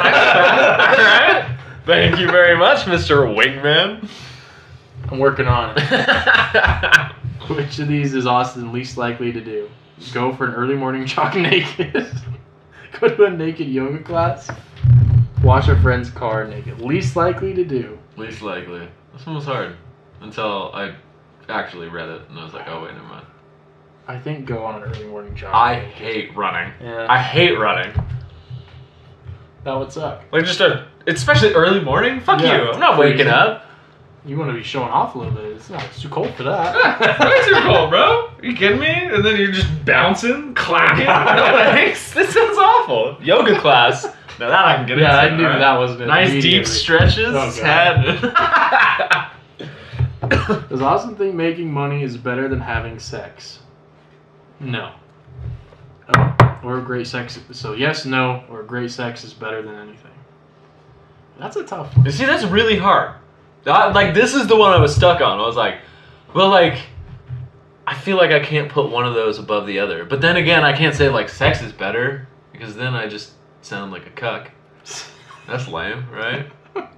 Speaker 1: right. Thank you very much, Mr. Wingman.
Speaker 2: I'm working on it. Which of these is Austin least likely to do? Go for an early morning jog naked? Go to a naked yoga class? Wash a friend's car naked. Least likely to do.
Speaker 1: Least likely. This one was hard until I actually read it and I was like, oh wait, never mind.
Speaker 2: I think go on an early morning jog.
Speaker 1: I hate running.
Speaker 2: Yeah.
Speaker 4: I hate running.
Speaker 2: that would suck.
Speaker 4: Like just a, especially early morning. Fuck
Speaker 2: Yeah,
Speaker 4: you. I'm not
Speaker 2: freezing.
Speaker 4: waking up.
Speaker 2: You want to be showing off a little bit. It's not. It's too cold for
Speaker 4: That's your
Speaker 2: that.
Speaker 4: fault, bro. Are you kidding me? And then you're just bouncing, clapping. no thanks. This sounds awful. Yoga class. Now that I can get
Speaker 2: yeah,
Speaker 4: into,
Speaker 2: I knew
Speaker 4: alright.
Speaker 2: that wasn't it.
Speaker 4: Nice deep
Speaker 2: Immediately.
Speaker 4: stretches.
Speaker 2: Oh, God.
Speaker 4: Had-
Speaker 2: Does Austin think making money is better than having sex? No. Oh, or great sex. So yes, no, or great sex is better than anything. That's a tough one.
Speaker 1: You see, that's really hard. That- like this is the one I was stuck on. I was like, well, like, I feel like I can't put one of those above the other. But then again, I can't say like sex is better because then I just sound like a cuck. That's lame, right?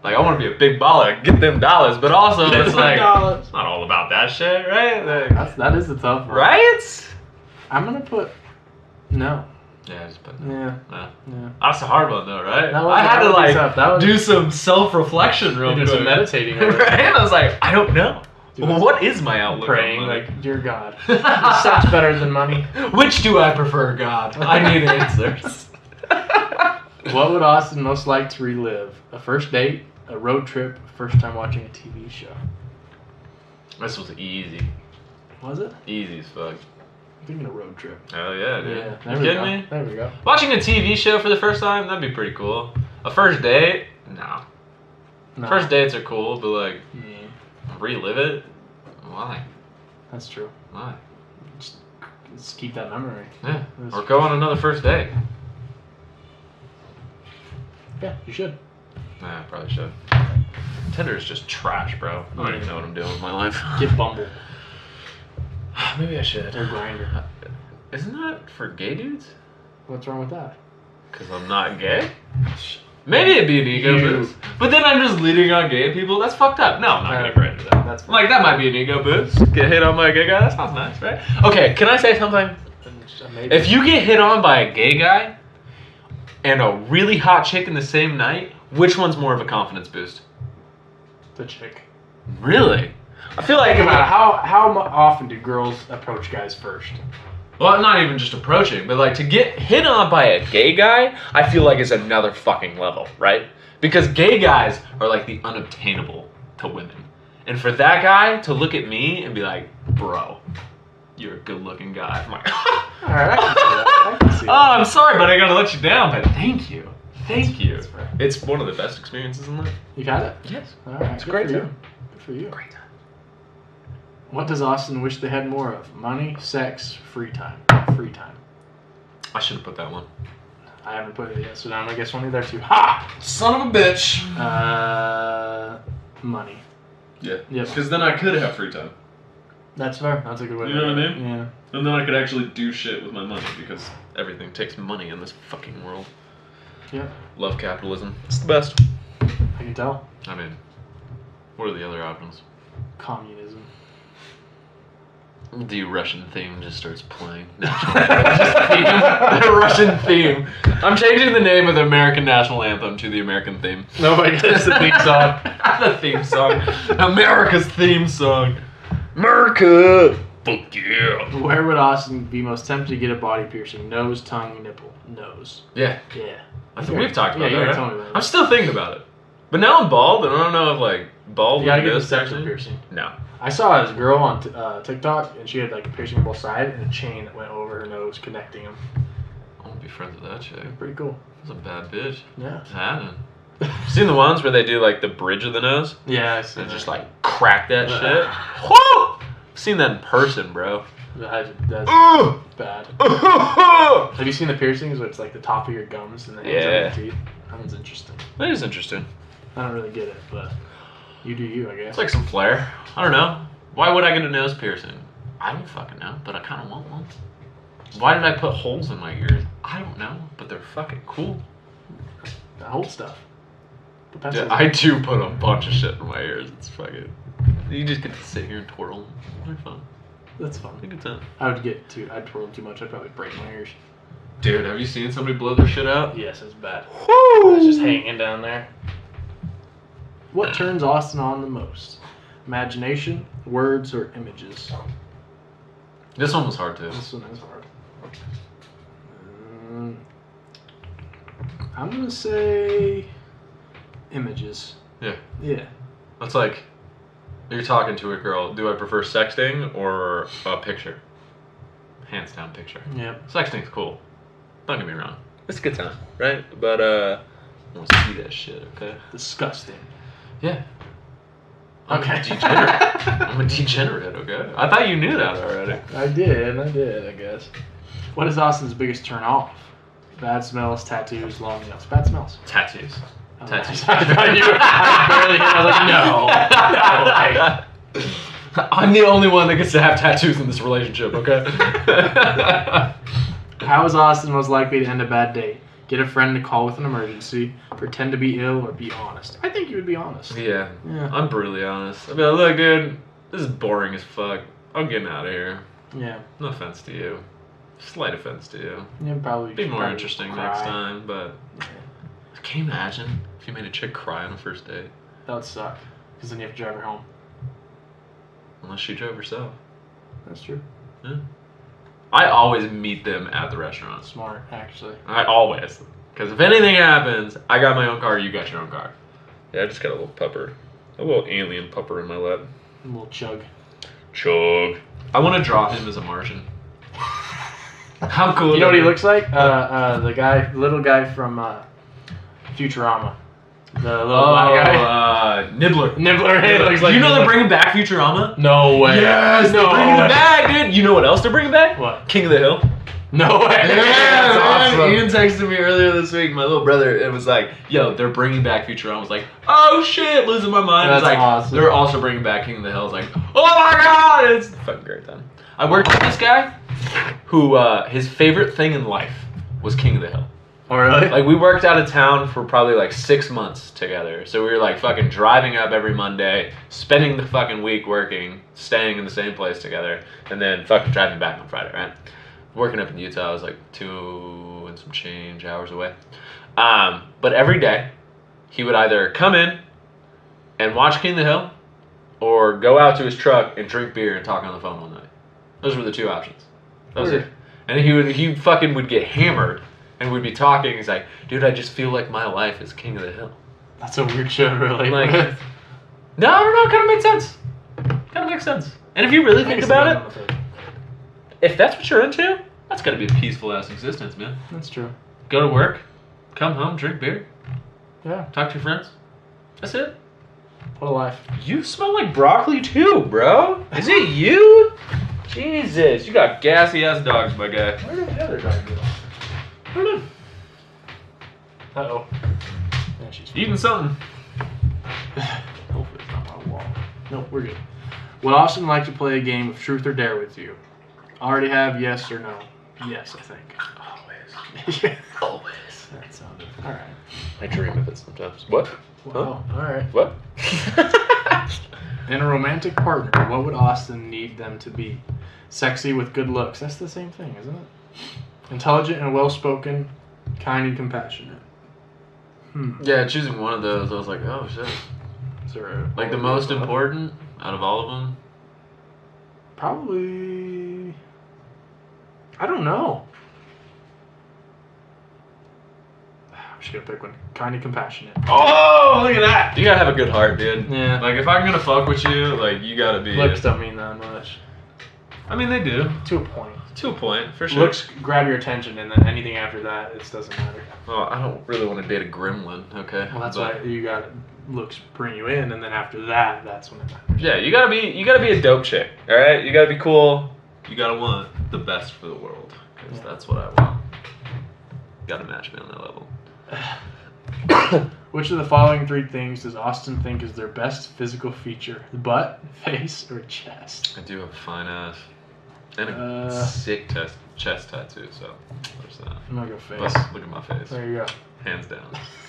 Speaker 1: Like I want to be a big baller, get them dollars, but also it's like
Speaker 2: Dollars.
Speaker 4: it's not all about that shit, right? Like,
Speaker 2: That's that is a tough one.
Speaker 4: right?
Speaker 2: I'm gonna put no.
Speaker 1: yeah, I just put
Speaker 2: Yeah.
Speaker 1: No.
Speaker 2: Yeah.
Speaker 1: that's a hard one though, right?
Speaker 2: That was-
Speaker 1: I had to
Speaker 2: that would be
Speaker 1: like
Speaker 2: tough. that was,
Speaker 1: do some self-reflection real
Speaker 2: You did
Speaker 1: quick.
Speaker 2: some meditating. on it.
Speaker 1: right? I was like, I don't know.
Speaker 2: Dude,
Speaker 1: what is my outlook? on
Speaker 2: praying
Speaker 1: money?
Speaker 2: like, dear God, is sex better than money?
Speaker 1: Which do I prefer, God? I need answers.
Speaker 2: What would Austin most like to relive? A first date, a road trip, first time watching a TV show.
Speaker 1: This was easy.
Speaker 2: Was it?
Speaker 1: Easy as fuck.
Speaker 2: I'm thinking a road trip.
Speaker 1: Hell yeah, dude.
Speaker 2: there
Speaker 1: you
Speaker 2: we
Speaker 1: kidding
Speaker 2: go.
Speaker 1: me?
Speaker 2: There we go.
Speaker 1: Watching a TV show for the first time, that'd be pretty cool. A first date? No.
Speaker 2: No.
Speaker 1: First dates are cool, but like,
Speaker 2: Yeah,
Speaker 1: relive it? Why?
Speaker 2: that's true.
Speaker 1: Why?
Speaker 2: Let's keep that memory.
Speaker 1: Yeah.
Speaker 2: That's-
Speaker 1: Or go on another first date.
Speaker 2: Yeah, you should.
Speaker 1: Nah, I probably should. Tinder is just trash, bro. I don't even know what I'm doing with my life. Ah,
Speaker 2: Get Bumble
Speaker 1: Maybe I should.
Speaker 2: or Grinder.
Speaker 1: Isn't that for gay dudes?
Speaker 2: What's wrong with that?
Speaker 1: Because I'm not gay? Maybe it'd be an ego
Speaker 2: You-
Speaker 1: boost. But then I'm just leading on gay people. That's fucked up. No, I'm not gonna agree to that.
Speaker 2: That's
Speaker 1: I'm like, that might be an ego boost. Get hit on by a gay guy? That sounds nice, right? Okay, can I say something?
Speaker 2: amazing.
Speaker 1: If you get hit on by a gay guy and a really hot chick in the same night, which one's more of a confidence boost?
Speaker 2: the chick.
Speaker 1: Really? I feel like
Speaker 2: Think about it. How how mu- often do girls approach guys first?
Speaker 1: Well, not even just approaching, but like to get hit on by a gay guy, I feel like is another fucking level, right? Because gay guys are like the unobtainable to women. And for that guy to look at me and be like, bro, you're a good looking guy. I'm like,
Speaker 2: All right, I can see that. I can
Speaker 1: oh,
Speaker 2: see that.
Speaker 1: I'm sorry, but I gotta let you down, but thank you. Thank you.
Speaker 2: That's fair.
Speaker 1: It's one of the best experiences in life.
Speaker 2: You got it.
Speaker 1: Yes.
Speaker 2: All right,
Speaker 1: It's a
Speaker 2: good
Speaker 1: great
Speaker 2: for you.
Speaker 1: time.
Speaker 2: Good for you.
Speaker 1: Great time.
Speaker 2: What does Austin wish they had more of? Money, sex, free time. Free time.
Speaker 1: I should have put that one.
Speaker 2: I haven't put it yet, so now I'm gonna guess one of the other two. Ha!
Speaker 1: Son of a bitch.
Speaker 2: Uh, money.
Speaker 1: Yeah.
Speaker 2: Yep.
Speaker 1: then I could have free time.
Speaker 2: That's fair. That's a good way.
Speaker 1: You
Speaker 2: to
Speaker 1: know
Speaker 2: look
Speaker 1: what I
Speaker 2: at it. Yeah.
Speaker 1: And then I could actually do shit with my money because everything takes money in this fucking world.
Speaker 2: Yeah.
Speaker 1: Love capitalism. It's the best.
Speaker 2: I can tell.
Speaker 1: I mean, what are the other options?
Speaker 2: Communism.
Speaker 1: The Russian theme just starts playing. National anthem. the Russian theme. I'm changing the name of the American national anthem to the American theme.
Speaker 2: Nobody gets the theme song.
Speaker 1: the theme song. America's theme song. America. Fuck yeah.
Speaker 2: Where would Austin be most tempted to get a body piercing? Nose, tongue, nipple. Nose.
Speaker 1: Yeah,
Speaker 2: Yeah.
Speaker 1: I think we've talked about
Speaker 2: yeah, you
Speaker 1: that. right?
Speaker 2: already told me about
Speaker 1: I'm
Speaker 2: that.
Speaker 1: still thinking about it. But now I'm bald, and I don't know if like bald.
Speaker 2: You gotta
Speaker 1: would
Speaker 2: get the
Speaker 1: this
Speaker 2: septum
Speaker 1: actually-
Speaker 2: piercing.
Speaker 1: No.
Speaker 2: I saw this girl on t- uh, TikTok, and she had like a piercing on both sides and a chain that went over her nose, connecting them.
Speaker 1: I won't be friends with that chick.
Speaker 2: Pretty cool.
Speaker 1: That's a bad bitch.
Speaker 2: Yeah.
Speaker 1: It's happening. Seen the ones where they do like the bridge of the nose?
Speaker 2: Yeah, I see.
Speaker 1: They
Speaker 2: that.
Speaker 1: just like crack that shit. Woo! Seen that in person, bro.
Speaker 2: That- that's
Speaker 1: Ooh!
Speaker 2: bad.
Speaker 1: that
Speaker 2: Have you seen the piercings where it's like the top of your gums and the ends
Speaker 1: Yeah.
Speaker 2: of your teeth? That one's interesting.
Speaker 1: is interesting.
Speaker 2: I don't really get it, but you do you, I
Speaker 1: It's
Speaker 2: guess.
Speaker 1: like some flair. I don't know. Why would I get a nose piercing? I don't fucking know, but I kind of want one. Why did I put holes in my ears? I don't know, but they're fucking cool.
Speaker 2: The whole stuff. The
Speaker 1: Dude,
Speaker 2: pencils.
Speaker 1: I do put a bunch of shit in my ears. It's fucking. You just get to sit here and twirl. They're fun.
Speaker 2: That's fun.
Speaker 1: They're good time.
Speaker 2: I would get too. I'd twirl too much. I'd probably break my ears.
Speaker 1: Dude, have you seen somebody blow their shit out?
Speaker 2: Yes, it's bad.
Speaker 4: Woo!
Speaker 2: It's just hanging down there. What turns Austin on the most? Imagination, words, or images?
Speaker 1: This one was hard too.
Speaker 2: This one is hard. Um, I'm gonna say images.
Speaker 1: Yeah.
Speaker 2: Yeah.
Speaker 1: That's like you're talking to a girl. Do I prefer sexting or a picture? Hands down, picture.
Speaker 2: Yep.
Speaker 1: Sexting's cool. Don't get me wrong.
Speaker 4: It's a good time.
Speaker 1: Right? But uh, I want to see that shit. Okay.
Speaker 2: Disgusting.
Speaker 1: Yeah. I'm
Speaker 2: Okay.
Speaker 1: A degenerate. I'm a degenerate. Okay. I thought you knew that already.
Speaker 2: I did, I did, I guess. What is Austin's biggest turn off? Bad smells, tattoos, long nails. Bad smells.
Speaker 1: Tattoos. Tattoos.
Speaker 2: Oh, I thought you were I barely, I was like, no. no way.
Speaker 1: I'm the only one that gets to have tattoos in this relationship, okay?
Speaker 2: How is Austin most likely to end a bad date? Get a friend to call with an emergency, pretend to be ill, or be honest. I think you would be honest.
Speaker 1: yeah,
Speaker 2: Yeah.
Speaker 1: I'm brutally honest. I mean, look, dude, this is boring as fuck. I'm getting out of here.
Speaker 2: Yeah.
Speaker 1: No offense to you. Slight offense to you.
Speaker 2: You'd probably
Speaker 1: Be more
Speaker 2: probably
Speaker 1: interesting
Speaker 2: cry.
Speaker 1: next time, but. Can you imagine if you made a chick cry on a first date?
Speaker 2: That would suck. Because then you have to drive her home.
Speaker 1: Unless she drove herself.
Speaker 2: That's true.
Speaker 1: I always meet them at the restaurants.
Speaker 2: Smart, actually.
Speaker 1: I always. Because if anything happens, I got my own car, you got your own car. Yeah, I just got a little pupper. A little alien pupper in my lap.
Speaker 2: A little chug.
Speaker 1: Chug. I want to draw him as a Martian. How cool.
Speaker 2: You know what he
Speaker 1: would
Speaker 2: looks like? Uh, uh, the guy, little guy from uh, Futurama. The little
Speaker 1: be? Oh,
Speaker 2: black guy.
Speaker 1: uh, Nibbler.
Speaker 2: Nibbler. He looks like
Speaker 1: you know
Speaker 2: Nibbler.
Speaker 1: they're bringing back Futurama?
Speaker 2: No way.
Speaker 1: Yes,
Speaker 2: No
Speaker 1: they're bringing
Speaker 2: way.
Speaker 1: it back, dude. You know what else they're bringing back?
Speaker 2: What?
Speaker 1: King of the Hill.
Speaker 2: No way.
Speaker 1: Yeah,
Speaker 2: That's
Speaker 1: man.
Speaker 2: awesome.
Speaker 1: Ian texted me earlier this week, my little brother, and was like, yo, they're bringing back Futurama. I was like, oh shit, losing my mind. I was
Speaker 2: That's
Speaker 1: like,
Speaker 2: awesome.
Speaker 1: they're also bringing back King of the Hill. I was like, oh my god, it's fucking great time. I worked with this guy who, uh, his favorite thing in life was King of the Hill.
Speaker 2: Oh, really?
Speaker 1: Like, we worked out of town for probably like six months together. So we were like fucking driving up every Monday, spending the fucking week working, staying in the same place together, and then fucking driving back on Friday, right? Working up in Utah, I was like two and some change hours away. Um, but every day, he would either come in and watch King of the Hill or go out to his truck and drink beer and talk on the phone all night. Those were the two options. That was
Speaker 2: Weird.
Speaker 1: it. And he would he fucking would get hammered and would be talking. He's like, dude, I just feel like my life is King of the Hill.
Speaker 2: That's a weird show, really.
Speaker 1: Like, No, I don't know. It kind of makes sense. Kind of makes sense. And if you really think about it, if that's what you're into, that's got to be a peaceful ass existence, man.
Speaker 2: That's true.
Speaker 1: Go to work, come home, drink beer,
Speaker 2: Yeah.
Speaker 1: talk to your friends. That's it.
Speaker 2: What a life.
Speaker 1: You smell like broccoli too, bro. Is it you? Jesus, you got gassy ass dogs, my guy.
Speaker 2: Where did Heather dog go?
Speaker 1: I don't know.
Speaker 2: Uh oh. Yeah, she's.
Speaker 1: Eating something.
Speaker 2: Hopefully it's not my wall. No, we're good. Would Austin like to play a game of truth or dare with you? Already have yes or no? Yes, I think.
Speaker 1: Always.
Speaker 2: yeah.
Speaker 1: Always.
Speaker 2: That sounded. All right.
Speaker 1: I dream of it sometimes. What?
Speaker 2: Wow. All right.
Speaker 1: What?
Speaker 2: In a romantic partner, what would Austin need them to be? Sexy with good looks. That's the same thing, isn't it? Intelligent and well spoken, kind and compassionate. Hmm.
Speaker 1: yeah, choosing one of those, I was like, oh shit.
Speaker 2: Is there a-
Speaker 1: Like the most important out of all of them.
Speaker 2: Probably. I don't know. I'm just gonna pick one. Kind and compassionate.
Speaker 1: Oh, look at that! You gotta have a good heart, dude.
Speaker 2: Yeah.
Speaker 1: Like if I'm gonna fuck with you, like you gotta be.
Speaker 2: Looks don't mean that much.
Speaker 1: I mean, they do
Speaker 2: To a point.
Speaker 1: to a point for sure.
Speaker 2: Looks grab your attention, and then anything after that, it doesn't matter.
Speaker 1: Oh, I don't really want to date a gremlin. Okay.
Speaker 2: Well, that's
Speaker 1: But-
Speaker 2: why you got looks bring you in, and then after that, that's when it matters.
Speaker 1: Yeah, you gotta be you gotta be a dope chick, all right? You gotta be cool. You gotta want the best for the world, because
Speaker 2: Yeah.
Speaker 1: that's what I want. Gotta match me on that level.
Speaker 2: Which of the following three things does Austin think is their best physical feature? Butt, face, or chest?
Speaker 1: I do have a fine ass and a
Speaker 2: Uh.
Speaker 1: sick test, chest tattoo, so there's that.
Speaker 2: I'm gonna go face.
Speaker 1: Plus, look at my face,
Speaker 2: There you go.
Speaker 1: hands down.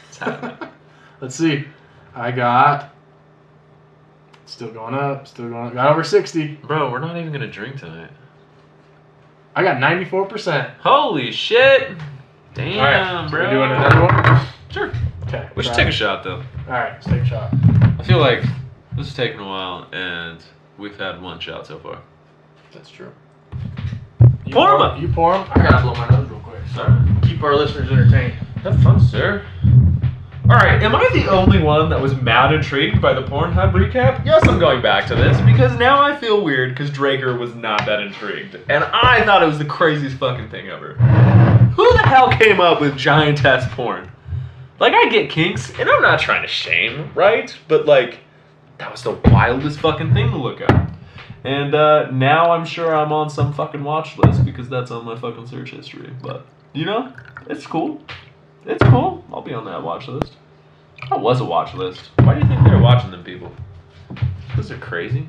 Speaker 1: It's happening.
Speaker 2: Let's see. I got still going up, still going up. Got over sixty.
Speaker 1: Bro, we're not even gonna drink tonight.
Speaker 2: I got 94%.
Speaker 4: Holy shit! Damn,
Speaker 2: Alright,
Speaker 4: bro.
Speaker 2: We're doing another one?
Speaker 1: Sure.
Speaker 2: Okay.
Speaker 1: We should take a shot though.
Speaker 2: All right, let's take a shot.
Speaker 1: I feel like this is taking a while, and we've had one shot so far.
Speaker 2: That's true.
Speaker 4: Pour 'em
Speaker 2: pour,
Speaker 4: up.
Speaker 2: You pour 'em? I gotta blow my nose real quick. So keep our listeners entertained.
Speaker 4: Have fun, sir. Alright, am I the only one that was mad intrigued by the Pornhub recap? Yes, I'm going back to this because now I feel weird because Draker was not that intrigued. And I thought it was the craziest fucking thing ever. Who the hell came up with giant ass porn? Like, I get kinks, and I'm not trying to shame, right? But, like, that was the wildest fucking thing to look up. And uh, now I'm sure I'm on some fucking watch list because that's on my fucking search history. But, you know, it's cool. It's cool. I'll be on that watch list. That was a watch list. Why do you think they're watching them people? Those are crazy.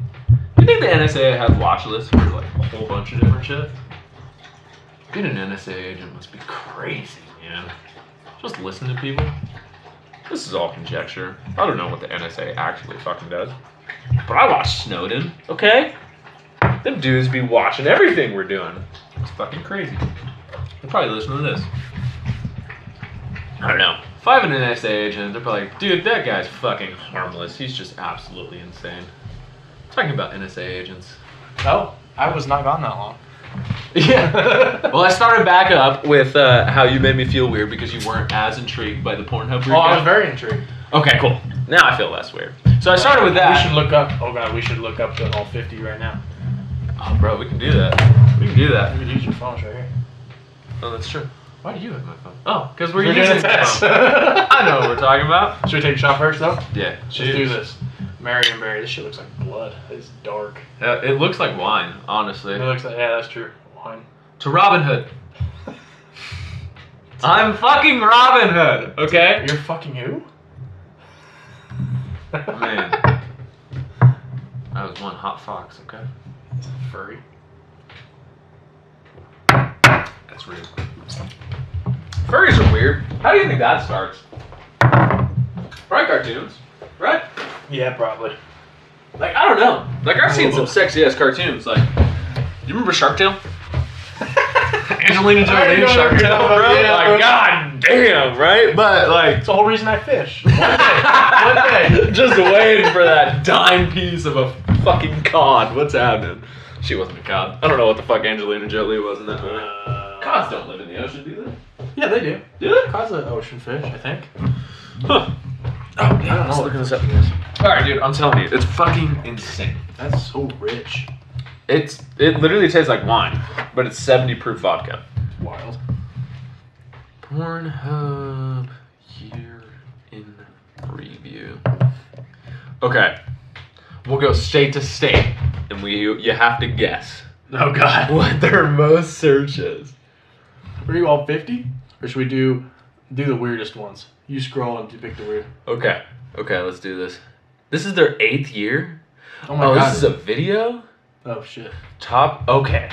Speaker 4: You think the NSA has watch lists for like a whole bunch of different shit?
Speaker 1: Being an NSA agent must be crazy, man. Just listen to people.
Speaker 4: This is all conjecture. I don't know what the NSA actually fucking does. But I watch Snowden, okay? Them dudes be watching everything we're doing. It's fucking crazy. They're probably listening to this. I don't know.
Speaker 1: If I have an NSA agent, they're probably like, dude, that guy's fucking harmless. He's just absolutely insane. Talking about NSA agents.
Speaker 2: Oh, I was not gone that long.
Speaker 1: Yeah. well, I started back up with uh, how you made me feel weird because you weren't as intrigued by the Pornhub
Speaker 2: Oh, I was
Speaker 1: recap.
Speaker 2: very intrigued.
Speaker 1: okay, cool. Now I feel less weird. So I started with that.
Speaker 2: We should look up. Oh god, we should look up the all 50 right now.
Speaker 1: Oh, bro, we can do that. We can do that.
Speaker 2: You could use your phones right here.
Speaker 1: Oh, that's true.
Speaker 2: Why do you have my phone?
Speaker 1: Oh, because
Speaker 2: We're,
Speaker 1: we're,
Speaker 2: doing a
Speaker 1: using
Speaker 2: test.
Speaker 1: it. I know what we're talking about.
Speaker 2: Should we take a shot first though? Let's
Speaker 1: Yeah.
Speaker 2: do this. Mary and Mary. This shit looks like blood. It's dark.
Speaker 1: Uh, it looks like wine, honestly.
Speaker 2: It looks like yeah, that's true. Wine.
Speaker 1: To Robin Hood. I'm fucking Robin Hood, okay?
Speaker 2: You're fucking who?
Speaker 1: Man. I was one hot fox, okay?
Speaker 2: Furry.
Speaker 1: That's real.
Speaker 4: Furries are weird. How do you think that starts? Right, cartoons. Right?
Speaker 2: Yeah, probably.
Speaker 4: Like, I don't know. Like, I've seen some sexy ass cartoons. Like, you remember Shark Tale? Angelina
Speaker 2: I
Speaker 4: Jolie
Speaker 2: know
Speaker 4: Shark
Speaker 2: what you're
Speaker 4: Tale,
Speaker 2: talking
Speaker 4: bro?
Speaker 2: about, yeah,
Speaker 4: like,
Speaker 2: bro.
Speaker 4: god damn, right? But, like,
Speaker 2: It's the whole reason I fish. One day. One day.
Speaker 4: just waiting for that dime piece of a fucking cod. What's happening? She wasn't a cod. I don't know what the fuck Angelina Jolie was in that movie.
Speaker 2: Uh,
Speaker 4: Cods don't live in the ocean, do they?
Speaker 2: yeah, they do.
Speaker 4: Do they?
Speaker 2: Cause an ocean fish, I think.
Speaker 4: Huh.
Speaker 2: I don't know.
Speaker 4: looking this up. Alright, dude, I'm telling you, it's fucking insane.
Speaker 2: That's so rich.
Speaker 4: It's it literally tastes like wine, but it's 70 proof vodka.
Speaker 2: Wild.
Speaker 1: Pornhub year in review. Okay. We'll go state to state, and we you have to guess
Speaker 2: Oh god.
Speaker 1: what their most search is.
Speaker 2: Are you all 50? Or should we do do the weirdest ones? You scroll and you pick the weird.
Speaker 1: Okay. Okay, let's do this. This is their eighth year.
Speaker 2: Oh my
Speaker 1: Oh,
Speaker 2: god.
Speaker 1: this is a video.
Speaker 2: oh shit.
Speaker 1: Top. Okay.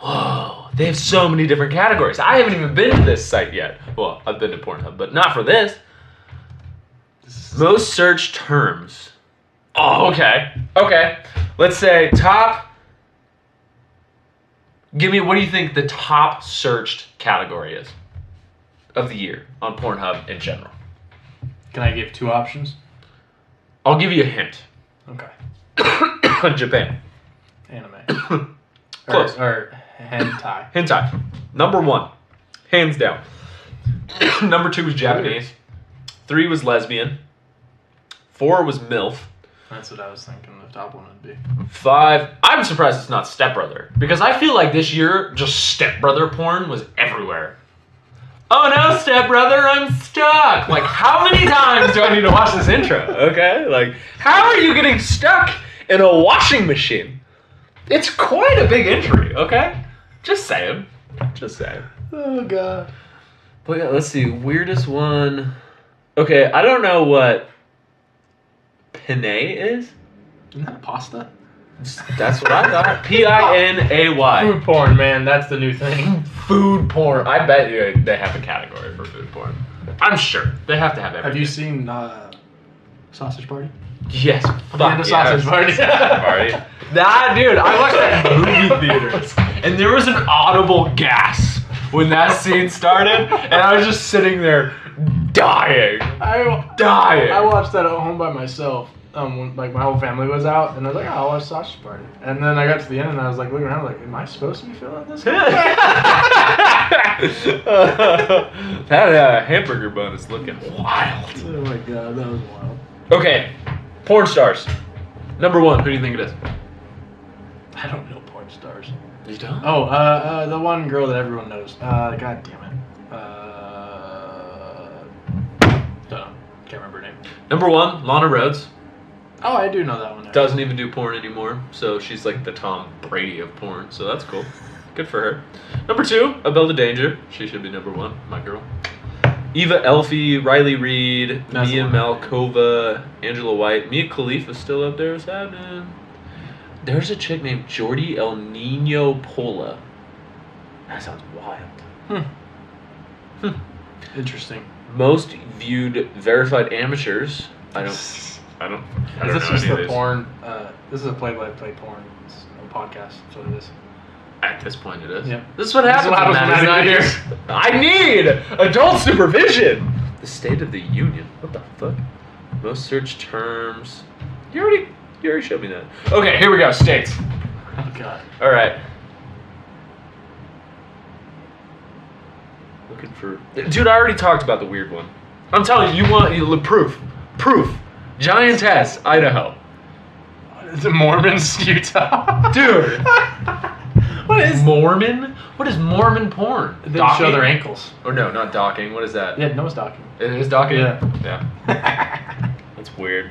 Speaker 1: Whoa, they have so many different categories. I haven't even been to this site yet. Well, I've been to Pornhub, but not for this.
Speaker 2: This is,
Speaker 1: Most searched terms. Oh, okay. Okay. Let's say top. Give me what do you think the top searched category is of the year on Pornhub in general?
Speaker 2: can I give two options?
Speaker 1: I'll give you a hint.
Speaker 2: Okay.
Speaker 1: Japan.
Speaker 2: Anime.
Speaker 1: Close.
Speaker 2: Or, or hentai.
Speaker 1: Hentai. Number one. Hands down. Number two was Japanese. Three was lesbian. Four was MILF.
Speaker 2: That's what I was thinking the top one would be.
Speaker 1: Five. I'm surprised it's not stepbrother because I feel like this year just stepbrother porn was everywhere. Oh no, stepbrother, I'm stuck. Like, how many times do I need to watch this intro? Okay, like, how are you getting stuck in a washing machine? It's quite a big injury. Okay, just saying. Just saying.
Speaker 2: Oh god.
Speaker 1: But yeah, let's see. Weirdest one. Okay, I don't know what penne is.
Speaker 2: Isn't that pasta?
Speaker 1: That's what I thought. P I N A Y.
Speaker 2: Food porn, man. That's the new thing.
Speaker 1: Food porn. I bet you they have a category for food porn. I'm sure they have to have everything.
Speaker 2: Have you seen uh, Sausage Party?
Speaker 1: Yes. Fuck
Speaker 2: the end of Sausage
Speaker 1: yes.
Speaker 2: Party.
Speaker 1: Sausage party. Nah, dude. I watched that in movie theaters. and there was an audible gasp when that scene started, and I was just sitting there dying,
Speaker 2: I,
Speaker 1: dying.
Speaker 2: I watched that at home by myself. Um, when, like my whole family was out, and I was like, oh, "I'll watch Sausage Party." And then I got to the end, and I was like looking around, like, "Am I supposed to be feeling this?" Oh
Speaker 4: that uh, hamburger bun is looking wild.
Speaker 2: oh my god, that was wild.
Speaker 4: Okay, porn stars.
Speaker 1: Number one, who do you think it is?
Speaker 2: I don't know porn stars.
Speaker 1: You don't?
Speaker 2: Oh, uh, uh, the one girl that everyone knows. Uh, god damn it. Uh, don't know. Can't remember her name.
Speaker 1: Number one, Lana Rhodes.
Speaker 2: Oh, I do know that one. actually.
Speaker 1: Doesn't even do porn anymore, so she's like the Tom Brady of porn, so that's cool. Good for her. Number two, Abella Danger. She should be number one, my girl. Eva Elfie, Riley Reed,
Speaker 2: That's
Speaker 1: Mia
Speaker 2: the one.
Speaker 1: Malkova, Angela White. Mia Khalifa's still up there. What's happening? There's a chick named Jordi El Nino Pola. That sounds wild.
Speaker 2: Hmm.
Speaker 1: Hmm.
Speaker 2: Interesting.
Speaker 1: Most viewed verified amateurs. I don't.
Speaker 4: I don't. I
Speaker 2: Is
Speaker 4: don't
Speaker 2: this
Speaker 4: know
Speaker 2: just
Speaker 4: any of
Speaker 2: the
Speaker 4: these.
Speaker 2: porn? Uh, this is a play-by-play porn s- podcast. That's what it is.
Speaker 1: At this point, it is.
Speaker 2: Yeah.
Speaker 1: This is what
Speaker 2: This is
Speaker 1: happens
Speaker 2: what
Speaker 1: when
Speaker 2: happens
Speaker 1: Matt
Speaker 2: when
Speaker 1: is not here. I need adult supervision. The State of the Union. What the fuck? Most search terms. You already, you already showed me that. Okay, here we go. States.
Speaker 2: Oh god.
Speaker 1: All right. Looking for. Dude, I already talked about the weird one. I'm telling you, you want you, proof. Proof. Giantess, Idaho.
Speaker 2: The Mormons, Utah.
Speaker 1: Dude.
Speaker 2: what is?
Speaker 1: Mormon? What is Mormon porn?
Speaker 2: They show their ankles.
Speaker 1: Or no, not docking. What is that?
Speaker 2: Yeah, no, it's docking.
Speaker 1: It is docking.
Speaker 2: Yeah.
Speaker 1: Yeah. That's weird.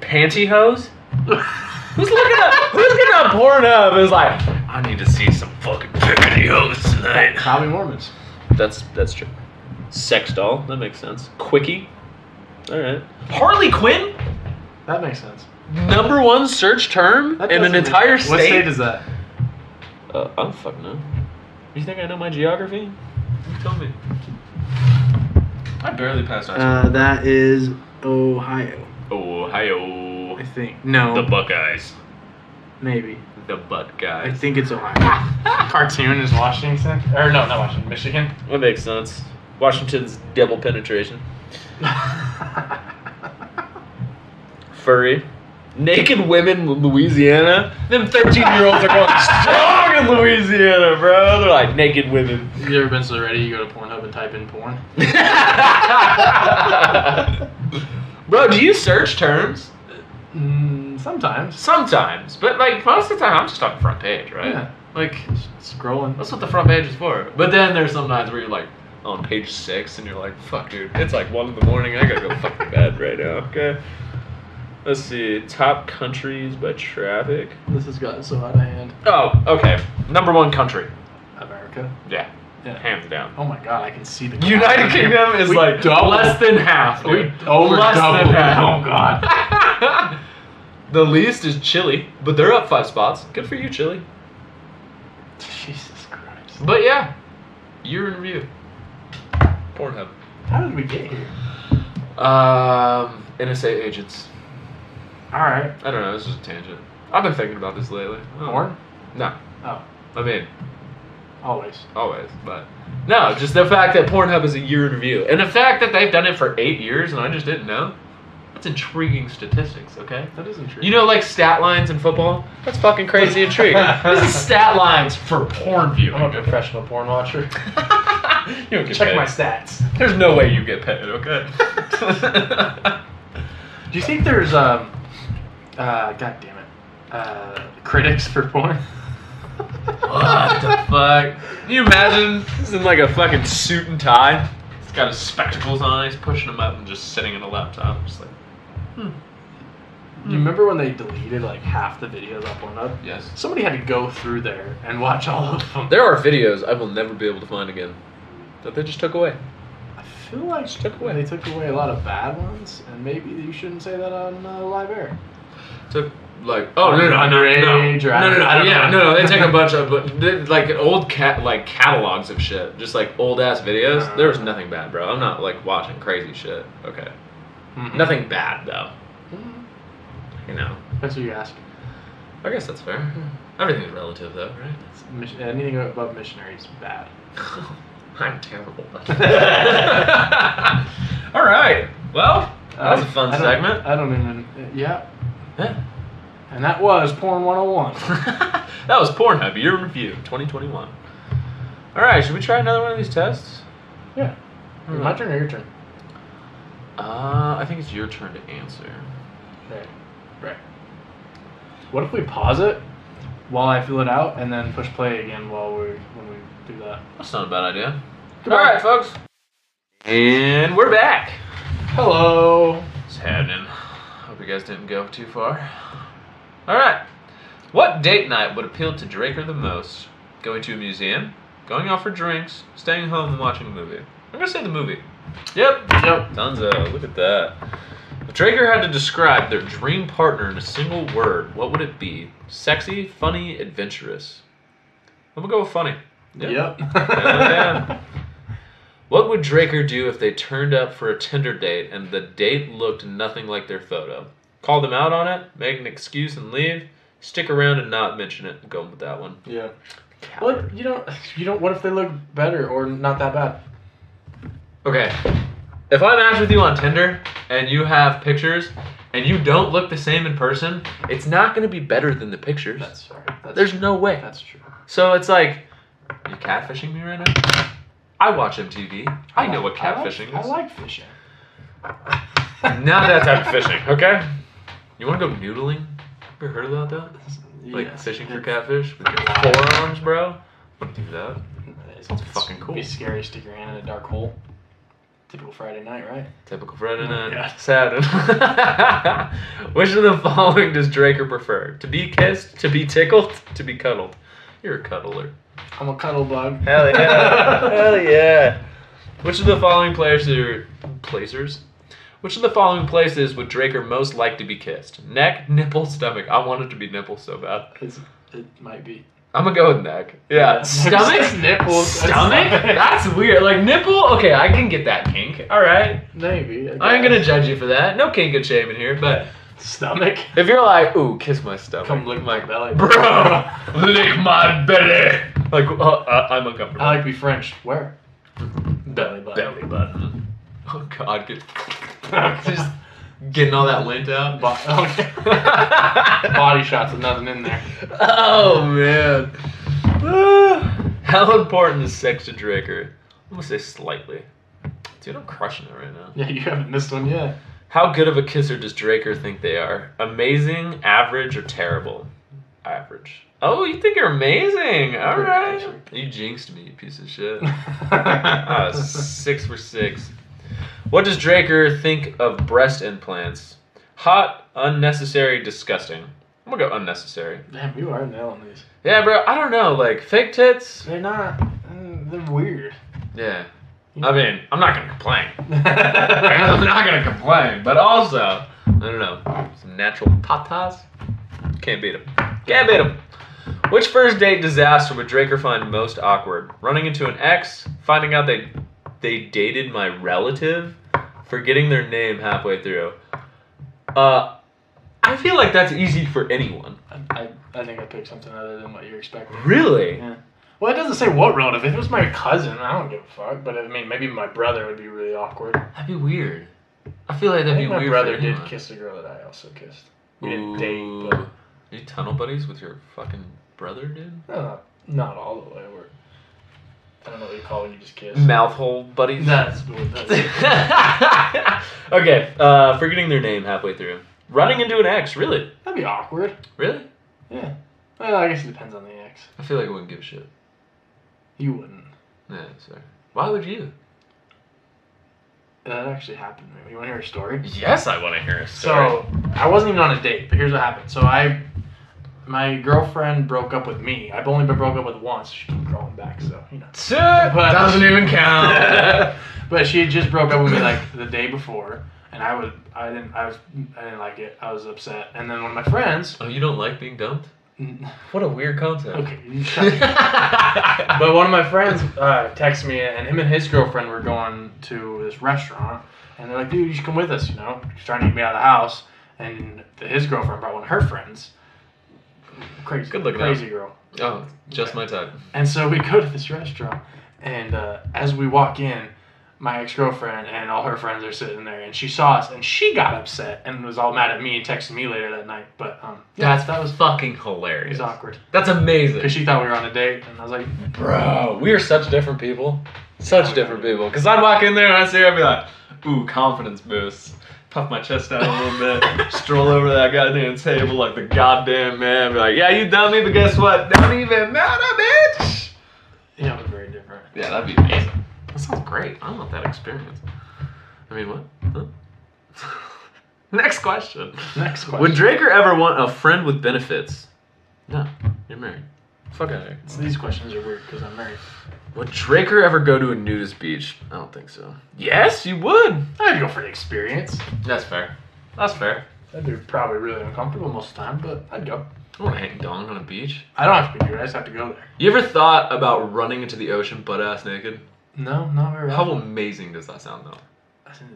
Speaker 1: Pantyhose? Who's looking up? Who's looking up Pornhub? Is like, I need to see some fucking pantyhose tonight.
Speaker 2: Probably Mormons.
Speaker 1: That's that's true. Sex doll. That makes sense. Quickie. All right. Harley Quinn.
Speaker 2: That makes sense.
Speaker 1: Number one search term
Speaker 2: That
Speaker 1: in
Speaker 2: doesn't
Speaker 1: an
Speaker 2: make-
Speaker 1: entire
Speaker 2: What
Speaker 1: state.
Speaker 2: state is that?
Speaker 1: uh, I'm fucking know. You think I know my geography? You tell me. I barely passed high
Speaker 2: Uh, that is Ohio,
Speaker 1: school. Ohio.
Speaker 2: I think. No,
Speaker 1: Oh, The Buckeyes.
Speaker 2: maybe.
Speaker 1: The butt
Speaker 2: I
Speaker 1: guys.
Speaker 2: think it's Ohio. Cartoon is Washington, or no, not Washington, Michigan.
Speaker 1: That makes sense. Washington's devil penetration. Furry. Naked women in Louisiana. Them 13 year olds are going strong in Louisiana, bro. They're like naked women.
Speaker 2: you ever been so ready? You go to Pornhub and type in porn.
Speaker 1: bro, do you search terms?
Speaker 2: Mm, sometimes.
Speaker 1: Sometimes, but like most of the time, I'm just on the front page, right?
Speaker 2: Yeah.
Speaker 1: Like,
Speaker 2: Scrolling.
Speaker 1: that's what the front page is for. But then there's sometimes where you're like on page six and you're like, fuck, dude, it's like one in the morning. I gotta go fuck to bed right now. Okay. Let's see. Top countries by traffic.
Speaker 2: This has gotten so out of hand.
Speaker 1: Oh, okay. Number one country.
Speaker 2: America.
Speaker 1: Yeah.
Speaker 2: Yeah.
Speaker 1: Hands down.
Speaker 2: Oh my god, I can see the.
Speaker 1: United Kingdom is
Speaker 2: We
Speaker 1: like
Speaker 2: double-
Speaker 1: less than half.
Speaker 2: We
Speaker 1: dude.
Speaker 2: over
Speaker 1: less
Speaker 2: doubled
Speaker 1: than
Speaker 2: it.
Speaker 1: half.
Speaker 2: Oh god.
Speaker 1: the least is Chile, but they're up five spots. Good for you, Chile.
Speaker 2: Jesus Christ.
Speaker 1: But yeah, year in review. Pornhub.
Speaker 2: How did we get here?
Speaker 1: Um, NSA agents.
Speaker 2: All right.
Speaker 1: I don't know. This is a tangent. I've been thinking about this lately. I don't-
Speaker 2: Porn.
Speaker 1: No,
Speaker 2: Oh,
Speaker 1: I mean
Speaker 2: always.
Speaker 1: always, but no, just the fact that Pornhub is a year in review, and the fact that they've done it for eight years, and I just didn't know. That's intriguing statistics. Okay.
Speaker 2: That isn't true.
Speaker 1: You know, like stat lines in football. That's fucking crazy intriguing. this is stat lines for porn viewing.
Speaker 2: I'm a professional porn watcher.
Speaker 1: you don't get
Speaker 2: Check
Speaker 1: paid.
Speaker 2: my stats.
Speaker 1: There's no way you get paid. Okay.
Speaker 2: Do you think there's um, uh, god damn it, uh, critics for porn?
Speaker 1: What the fuck? Can you imagine? He's in like a fucking suit and tie. He's got his spectacles on. He's pushing them up and just sitting in a laptop. Just like, hmm.
Speaker 2: You remember when they deleted like half the videos on Pornhub?
Speaker 1: yes.
Speaker 2: Somebody had to go through there and watch all of them.
Speaker 1: There are videos I will never be able to find again that they just took away.
Speaker 2: I feel like
Speaker 1: Just took away.
Speaker 2: they took away a lot of bad ones, and maybe you shouldn't say that on uh, live air.
Speaker 1: Took like oh no no no no no
Speaker 2: Underage or I-
Speaker 1: no no,
Speaker 2: I
Speaker 1: no
Speaker 2: don't
Speaker 1: yeah
Speaker 2: know.
Speaker 1: no no they take a bunch of but they- like old cat like catalogs of shit just like old ass videos. There was nothing bad, bro. I'm not like watching crazy shit. Okay, nothing bad though.
Speaker 2: Mhm.
Speaker 1: You know,
Speaker 2: That's what you ask. Hmm.
Speaker 1: I guess that's fair. Everything's relative, though, right?
Speaker 2: Mission, anything above missionary is bad.
Speaker 1: I'm terrible. All right. Well, that was a fun
Speaker 2: I don't-
Speaker 1: segment.
Speaker 2: I don't even. Yeah.
Speaker 1: Yeah.
Speaker 2: And that was Porn 101.
Speaker 1: that was Pornhub Year in Review 2021. All right, should we try another one of these tests?
Speaker 2: Yeah.
Speaker 1: Hmm.
Speaker 2: My turn or your turn?
Speaker 1: Uh, I think it's your turn to answer.
Speaker 2: Right. Right. What if we pause it while I fill it out and then push play again while we when we do that?
Speaker 1: That's not a bad idea.
Speaker 2: Come
Speaker 1: All
Speaker 2: on.
Speaker 1: right, folks. And we're back.
Speaker 2: Hello.
Speaker 1: It's happening. Hope you guys didn't go too far. All right. What date night would appeal to Draker the most? Going to a museum, going out for drinks, staying home and watching a movie. I'm gonna say the movie. Yep.
Speaker 2: Yep.
Speaker 1: Dunzo, look at that. If Draker had to describe their dream partner in a single word, what would it be? Sexy, funny, adventurous. I'm gonna go with funny. Yeah. What would Draker do if they turned up for a Tinder date and the date looked nothing like their photo? Call them out on it, make an excuse and leave, stick around and not mention it. I'm going with that one.
Speaker 2: yeah. Well, you don't. You don't. What if they look better or not that bad?
Speaker 1: Okay. If I match with you on Tinder and you have pictures and you don't look the same in person, it's not going to be better than the pictures.
Speaker 2: That's right. That's
Speaker 1: There's no way.
Speaker 2: That's true.
Speaker 1: So it's like, you catfishing me right now? I watch MTV. I know what catfishing
Speaker 2: I
Speaker 1: is.
Speaker 2: like fishing.
Speaker 1: Not that type of fishing, okay? You want to go noodling? Ever heard about that? Like fishing for catfish with your forearms, bro? Wouldn't do that.
Speaker 2: It's,
Speaker 1: fucking cool.
Speaker 2: Be scary. Stick your hand in a dark hole. Typical Friday night, right?
Speaker 1: Typical Friday night.
Speaker 2: Yeah.
Speaker 1: Saturn. Which of the following does Draker prefer? To be kissed, to be tickled, to be cuddled? You're a cuddler.
Speaker 2: I'm a cuddle bug.
Speaker 1: Hell yeah. Hell yeah. Which of the following players are placers? Which of the following places would Draker most like to be kissed? Neck, nipple, stomach. I want it to be nipple so bad.
Speaker 2: It's, it might be.
Speaker 1: I'm gonna go with neck. Yeah. Stomach?
Speaker 2: nipples,
Speaker 1: Stomach? That's weird. Like nipple? Okay, I can get that kink. Alright.
Speaker 2: Maybe.
Speaker 1: I ain't gonna judge you for that. No kink and shame in here, but
Speaker 2: stomach.
Speaker 1: if you're like, ooh, kiss my stomach.
Speaker 2: Come lick my belly,
Speaker 1: Bro, lick my belly. Like, uh, uh, I'm uncomfortable.
Speaker 2: I like to be French. Where? Belly button.
Speaker 1: Belly button. Oh god, get, just getting all that lint out.
Speaker 2: Bo- okay. Body shots with nothing in there.
Speaker 1: oh man. How important is sex to Draker? I'm gonna say slightly. Dude, I'm crushing it right now.
Speaker 2: Yeah, you haven't missed one yet.
Speaker 1: How good of a kisser does Draker think they are? Amazing, average, or terrible? Average. Oh, you think you're amazing. All
Speaker 2: Pretty
Speaker 1: right.
Speaker 2: average.
Speaker 1: You jinxed me, you piece of shit. Ah, six for six. What does Draker think of breast implants? Hot, unnecessary, disgusting. I'm gonna go unnecessary.
Speaker 2: Damn, you are nailing these.
Speaker 1: Yeah, bro. I don't know. Like fake tits.
Speaker 2: They're not. mm, They're weird.
Speaker 1: Yeah. I mean, I'm not gonna complain. I'm not gonna complain, but also, I don't know, some natural tatas. Can't beat 'em. Can't beat 'em. Which first date disaster would Draker find most awkward? Running into an ex, finding out they they dated my relative, forgetting their name halfway through. Uh, I feel like that's easy for anyone.
Speaker 2: I, I, I think I picked something other than what you're expecting.
Speaker 1: Really?
Speaker 2: Yeah. Well, it doesn't say what relative. If it was my cousin, I don't give a fuck. But I mean, maybe my brother would be really awkward.
Speaker 1: That'd be weird. I feel like
Speaker 2: I
Speaker 1: that'd
Speaker 2: think
Speaker 1: be
Speaker 2: my
Speaker 1: weird.
Speaker 2: brother
Speaker 1: for
Speaker 2: did
Speaker 1: anyone.
Speaker 2: kiss a girl that I also kissed. We didn't date,
Speaker 1: Ooh.
Speaker 2: but
Speaker 1: You tunnel buddies with your fucking brother, dude?
Speaker 2: no, not, not all the way. We're, I don't know what you call when you just kiss.
Speaker 1: Mouthhole buddies?
Speaker 2: That's what that's.
Speaker 1: okay, uh, forgetting their name halfway through. Running into an ex, really?
Speaker 2: That'd be awkward.
Speaker 1: Really?
Speaker 2: Yeah. Well, I guess it depends on the ex.
Speaker 1: I feel like I wouldn't give a shit.
Speaker 2: You wouldn't.
Speaker 1: Yeah, sorry. Why would you?
Speaker 2: That actually happened. to me. You want to hear a story?
Speaker 1: Yes, I want to hear a
Speaker 2: So I wasn't even on a date, but here's what happened. So I, my girlfriend broke up with me. I've only been broke up with once. She kept crawling back, so you know.
Speaker 1: Shit,
Speaker 2: But-
Speaker 1: doesn't even count.
Speaker 2: but she had just broke up with me like the day before, and I was I didn't I was I didn't like it. I was upset. And then one of my friends,
Speaker 1: oh, you don't like being dumped?
Speaker 2: okay,
Speaker 1: What a weird concept.
Speaker 2: you shut up. But one of my friends uh, texted me, and him and his girlfriend were going to this restaurant, and they're like, "Dude, you should come with us." You know, he's trying to get me out of the house. And his girlfriend brought one of her friends. Crazy.
Speaker 1: Good looking
Speaker 2: Crazy girl.
Speaker 1: Oh, just my type.
Speaker 2: And so we go to this restaurant, and uh, as we walk in, my ex girlfriend and all her friends are sitting there, and she saw us, and she got upset and was all mad at me and texted me later that night. But um,
Speaker 1: That's that was fucking
Speaker 2: it
Speaker 1: hilarious.
Speaker 2: was awkward
Speaker 1: That's amazing.
Speaker 2: because she thought we were on a date, and I was like,
Speaker 1: Bro, we are such different people. Such different people. Because I'd walk in there and I'd see her, I'd be like, ooh, confidence boost. Puff my chest out a little bit. stroll over to that goddamn table like the goddamn man. Be like, yeah, you dummy, but guess what? Don't even matter, bitch.
Speaker 2: "Yeah, we're very different."
Speaker 1: Yeah, that'd be amazing. That sounds great. I want that experience. I mean, what? Huh? Next question.
Speaker 2: Next question.
Speaker 1: Would Draker ever want a friend with benefits? No, you're married. Fuck out of here.
Speaker 2: So these questions are weird because I'm married.
Speaker 1: Would Draker ever go to a nudist beach? I don't think so. Yes, you would.
Speaker 2: I'd go for the experience.
Speaker 1: That's fair. That's fair.
Speaker 2: That'd be probably really uncomfortable most of the time, but I'd go.
Speaker 1: I want to hang dong on a beach.
Speaker 2: I don't have to be nude. I just have to go there.
Speaker 1: You ever thought about running into the ocean butt ass naked?
Speaker 2: No, not very.
Speaker 1: How
Speaker 2: often.
Speaker 1: amazing does that sound though?
Speaker 2: I said,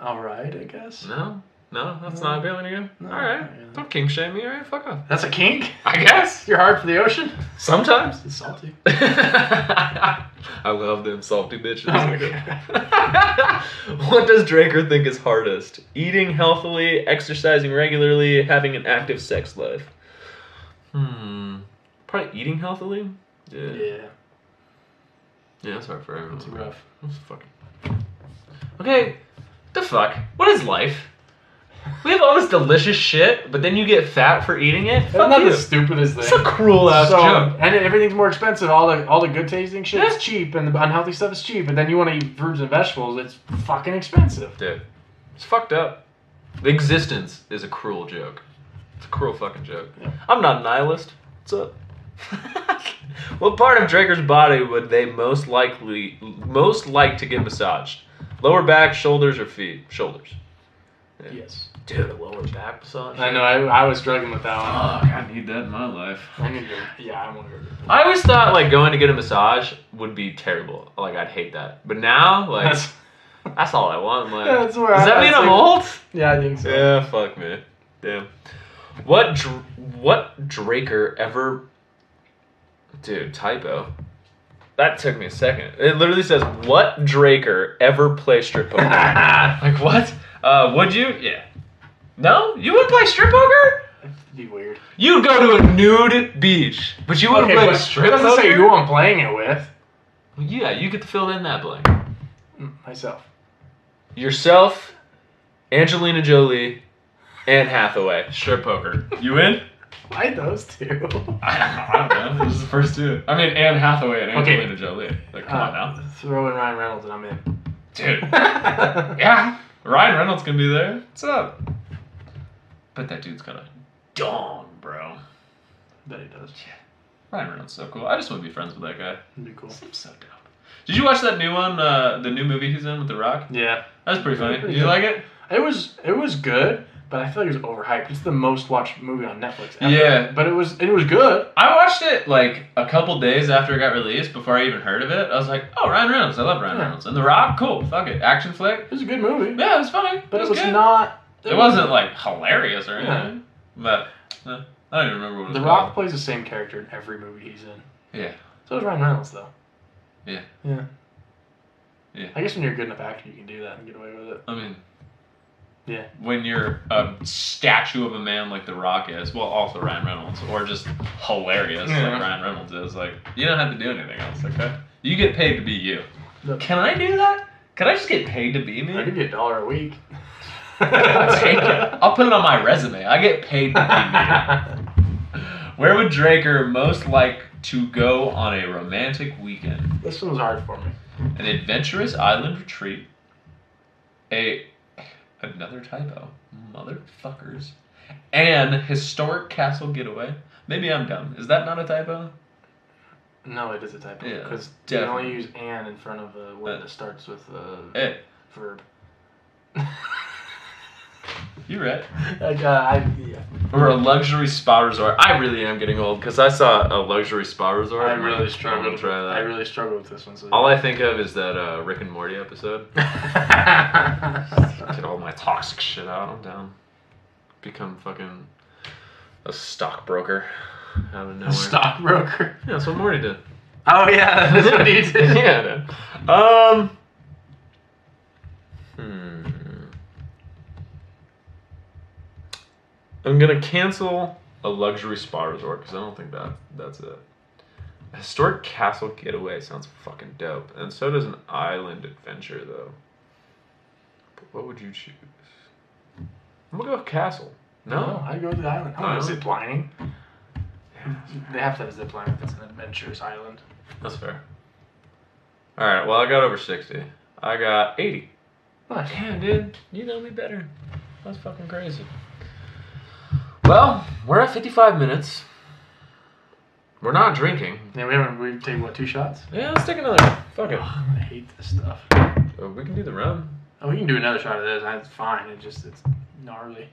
Speaker 2: All right, I guess.
Speaker 1: No, no, that's not appealing to you.
Speaker 2: No,
Speaker 1: all right,
Speaker 2: not really.
Speaker 1: don't king shame me. All right, fuck off.
Speaker 2: That's a kink.
Speaker 1: I guess
Speaker 2: You're hard for the ocean.
Speaker 1: sometimes.
Speaker 2: It's salty.
Speaker 1: I love them salty bitches.
Speaker 2: Oh my God.
Speaker 1: what does Draker think is hardest? Eating healthily, exercising regularly, having an active sex life. Hmm. Probably eating healthily. Yeah. Yeah,
Speaker 2: Yeah,
Speaker 1: that's hard for
Speaker 2: it's
Speaker 1: everyone.
Speaker 2: rough.
Speaker 1: That's fucking. Okay. The fuck? What is life? We have all this delicious shit, but then you get fat for eating it.
Speaker 2: That's
Speaker 1: Fuck
Speaker 2: not
Speaker 1: you.
Speaker 2: as stupid as
Speaker 1: It's
Speaker 2: this.
Speaker 1: a cruel ass joke.
Speaker 2: and then everything's more expensive. All the all the good tasting shit
Speaker 1: Yeah.
Speaker 2: is cheap, and the unhealthy stuff is cheap. And then you want to eat fruits and vegetables. It's fucking expensive.
Speaker 1: Dude, it's fucked up. The existence is a cruel joke. It's a cruel fucking joke.
Speaker 2: Yeah.
Speaker 1: I'm not a nihilist. What's up? what part of Draker's body would they most likely most like to get massaged? Lower back, shoulders, or feet? Shoulders. Yeah.
Speaker 2: Yes,
Speaker 1: Dude, a lower back massage.
Speaker 2: I know. I, I was struggling with that one.
Speaker 1: Fuck, I need that in my life.
Speaker 2: I need to. Yeah, I want to.
Speaker 1: I always thought like going to get a massage would be terrible. Like I'd hate that. But now, like
Speaker 2: That's,
Speaker 1: that's, all I want. Like,
Speaker 2: that's where
Speaker 1: does
Speaker 2: I,
Speaker 1: that
Speaker 2: I
Speaker 1: mean
Speaker 2: was
Speaker 1: I'm
Speaker 2: like-
Speaker 1: old?
Speaker 2: Yeah, I think so.
Speaker 1: Yeah, fuck me. Damn. What dr- what Draker ever Dude, typo. That took me a second. It literally says what Draker ever play strip poker? like what? Uh would you? Yeah. No? You would play strip poker?
Speaker 2: It'd be weird.
Speaker 1: You'd go to a nude beach. But you wouldn't
Speaker 2: Okay,
Speaker 1: play
Speaker 2: but
Speaker 1: strip
Speaker 2: it doesn't
Speaker 1: poker?
Speaker 2: say who I'm playing it with.
Speaker 1: yeah, you get to fill in that blank.
Speaker 2: Mm, Myself.
Speaker 1: Yourself, Angelina Jolie, and Hathaway. Strip poker. You in?
Speaker 2: Why those two?
Speaker 1: I don't know. This is the first two. I mean, Anne Hathaway and
Speaker 2: Okay. Uh,
Speaker 1: Angelina Jolie. Like, come on now,
Speaker 2: Throw in Ryan Reynolds and I'm in.
Speaker 1: dude. Yeah, Ryan Reynolds gonna be there. What's up? But that dude's got a dong, bro.
Speaker 2: Bet he does.
Speaker 1: Ryan Reynolds is so cool. I just want to be friends with that guy.
Speaker 2: It'd be cool.
Speaker 1: Seems so dope. Did you watch that new one? Uh, the new movie he's in with The Rock.
Speaker 2: Yeah.
Speaker 1: That was pretty funny.
Speaker 2: Pretty
Speaker 1: Did you
Speaker 2: good.
Speaker 1: like it?
Speaker 2: It was it was good, but I feel like it was overhyped. It's the most watched movie on Netflix ever.
Speaker 1: Yeah.
Speaker 2: But it was it was good.
Speaker 1: I watched it like a couple days after it got released, before I even heard of it. I was like, oh, Ryan Reynolds. I love Ryan
Speaker 2: Yeah.
Speaker 1: Reynolds. And The Rock, cool. Fuck it, action flick.
Speaker 2: It was a good movie.
Speaker 1: Yeah, it was funny.
Speaker 2: But it was
Speaker 1: good.
Speaker 2: not
Speaker 1: It wasn't like hilarious or
Speaker 2: Yeah.
Speaker 1: anything, but uh, I don't even remember what it was
Speaker 2: The
Speaker 1: called.
Speaker 2: Rock plays the same character in every movie he's in.
Speaker 1: Yeah.
Speaker 2: So is Ryan Reynolds though.
Speaker 1: Yeah.
Speaker 2: Yeah.
Speaker 1: Yeah.
Speaker 2: I guess when you're a good enough actor you can do that and get away with it.
Speaker 1: I mean,
Speaker 2: Yeah.
Speaker 1: When you're a statue of a man like The Rock is, well, also Ryan Reynolds, or just hilarious
Speaker 2: Yeah.
Speaker 1: like Ryan Reynolds is, like you don't have to do anything else. Okay, you get paid to be you.
Speaker 2: Look.
Speaker 1: Can I do that? Can I just get paid to be
Speaker 2: I
Speaker 1: me?
Speaker 2: give you a dollar a week.
Speaker 1: I'll take it. I'll put it on my resume. I get paid to be me. Where would Draker most like to go on a romantic weekend?
Speaker 2: this one was hard for me.
Speaker 1: an adventurous island retreat, a another typo, motherfuckers, an historic castle getaway. Maybe I'm dumb. Is that not a typo?
Speaker 2: No, it is a typo.
Speaker 1: Yeah,
Speaker 2: Because you can
Speaker 1: definitely. Uh, eh.
Speaker 2: only use "an" in front of a word that starts with a
Speaker 1: Hey,
Speaker 2: verb.
Speaker 1: you're right.
Speaker 2: like, uh, I, yeah.
Speaker 1: Or a luxury spa resort. I really am getting old because I saw a luxury spa resort.
Speaker 2: I
Speaker 1: I'm like,
Speaker 2: really
Speaker 1: I'm
Speaker 2: struggled.
Speaker 1: gonna try that.
Speaker 2: I really struggled with this one. So
Speaker 1: All I think of is that uh, Rick and Morty episode. Get all my toxic shit out. I'm down. Become fucking a stockbroker out of nowhere.
Speaker 2: A stockbroker.
Speaker 1: Yeah, that's what Morty did.
Speaker 2: Oh yeah, that's what he did.
Speaker 1: yeah. I know. Um. Hmm. I'm gonna cancel a luxury spa resort because I don't think that that's it. A historic castle getaway sounds fucking dope, and so does an island adventure though. But what would you choose? I'm gonna go with castle.
Speaker 2: No,
Speaker 1: No.
Speaker 2: I go to the island. Oh, I
Speaker 1: No.
Speaker 2: want to zip lining. They have to have a zip line if it's an adventurous island.
Speaker 1: That's fair. All right. Well, I got over sixty. I got eighty.
Speaker 2: Nice.
Speaker 1: Damn, dude, you know me better. That's fucking crazy. Well, we're at fifty-five minutes. We're not drinking.
Speaker 2: Yeah, we haven't. We take what two shots?
Speaker 1: Yeah, let's take another. one. Fuck it.
Speaker 2: Ugh, Oh, I hate this stuff.
Speaker 1: Oh, we can do the rum.
Speaker 2: Oh, we can do another shot of this. It's fine. It just it's gnarly.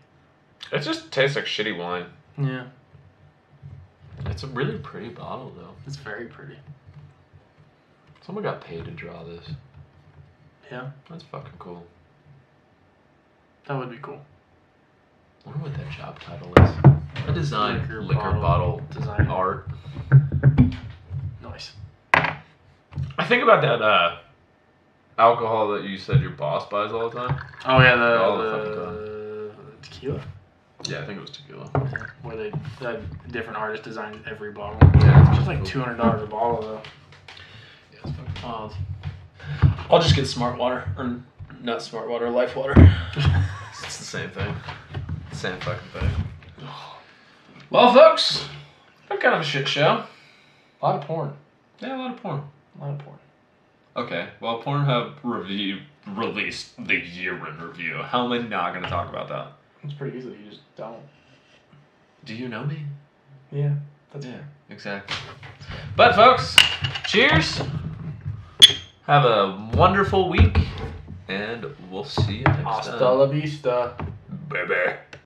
Speaker 1: It just tastes like shitty wine.
Speaker 2: Yeah,
Speaker 1: It's a really pretty bottle, though.
Speaker 2: it's very pretty.
Speaker 1: Someone got paid to draw this.
Speaker 2: Yeah,
Speaker 1: That's fucking cool.
Speaker 2: that would be cool.
Speaker 1: I wonder what that job title is. I designed liquor,
Speaker 2: Liquor
Speaker 1: bottle,
Speaker 2: bottle design.
Speaker 1: art.
Speaker 2: Nice.
Speaker 1: I think about that uh, alcohol that you said your boss buys all the time.
Speaker 2: Oh yeah,
Speaker 1: All the
Speaker 2: the, the tequila.
Speaker 1: Yeah, I think it was tequila.
Speaker 2: Yeah, where they that different artist designed every bottle. It's just like two hundred dollars a bottle though. Oh,
Speaker 5: I'll just get smart water or not smart water, life water.
Speaker 1: It's the same thing. Same fucking thing.
Speaker 5: Well, folks, been kind of a shit show.
Speaker 2: A lot of porn.
Speaker 5: Yeah, a lot of porn.
Speaker 2: A lot of porn.
Speaker 1: Okay, well, Pornhub review released the year in review. How am I not going to talk about that?
Speaker 2: It's pretty easily. You just don't.
Speaker 1: Do you know me?
Speaker 2: Yeah, that's
Speaker 1: Yeah, exactly. But, folks, cheers. Have a wonderful week, and we'll see you next
Speaker 2: Hasta
Speaker 1: time.
Speaker 2: la vista.
Speaker 1: Baby.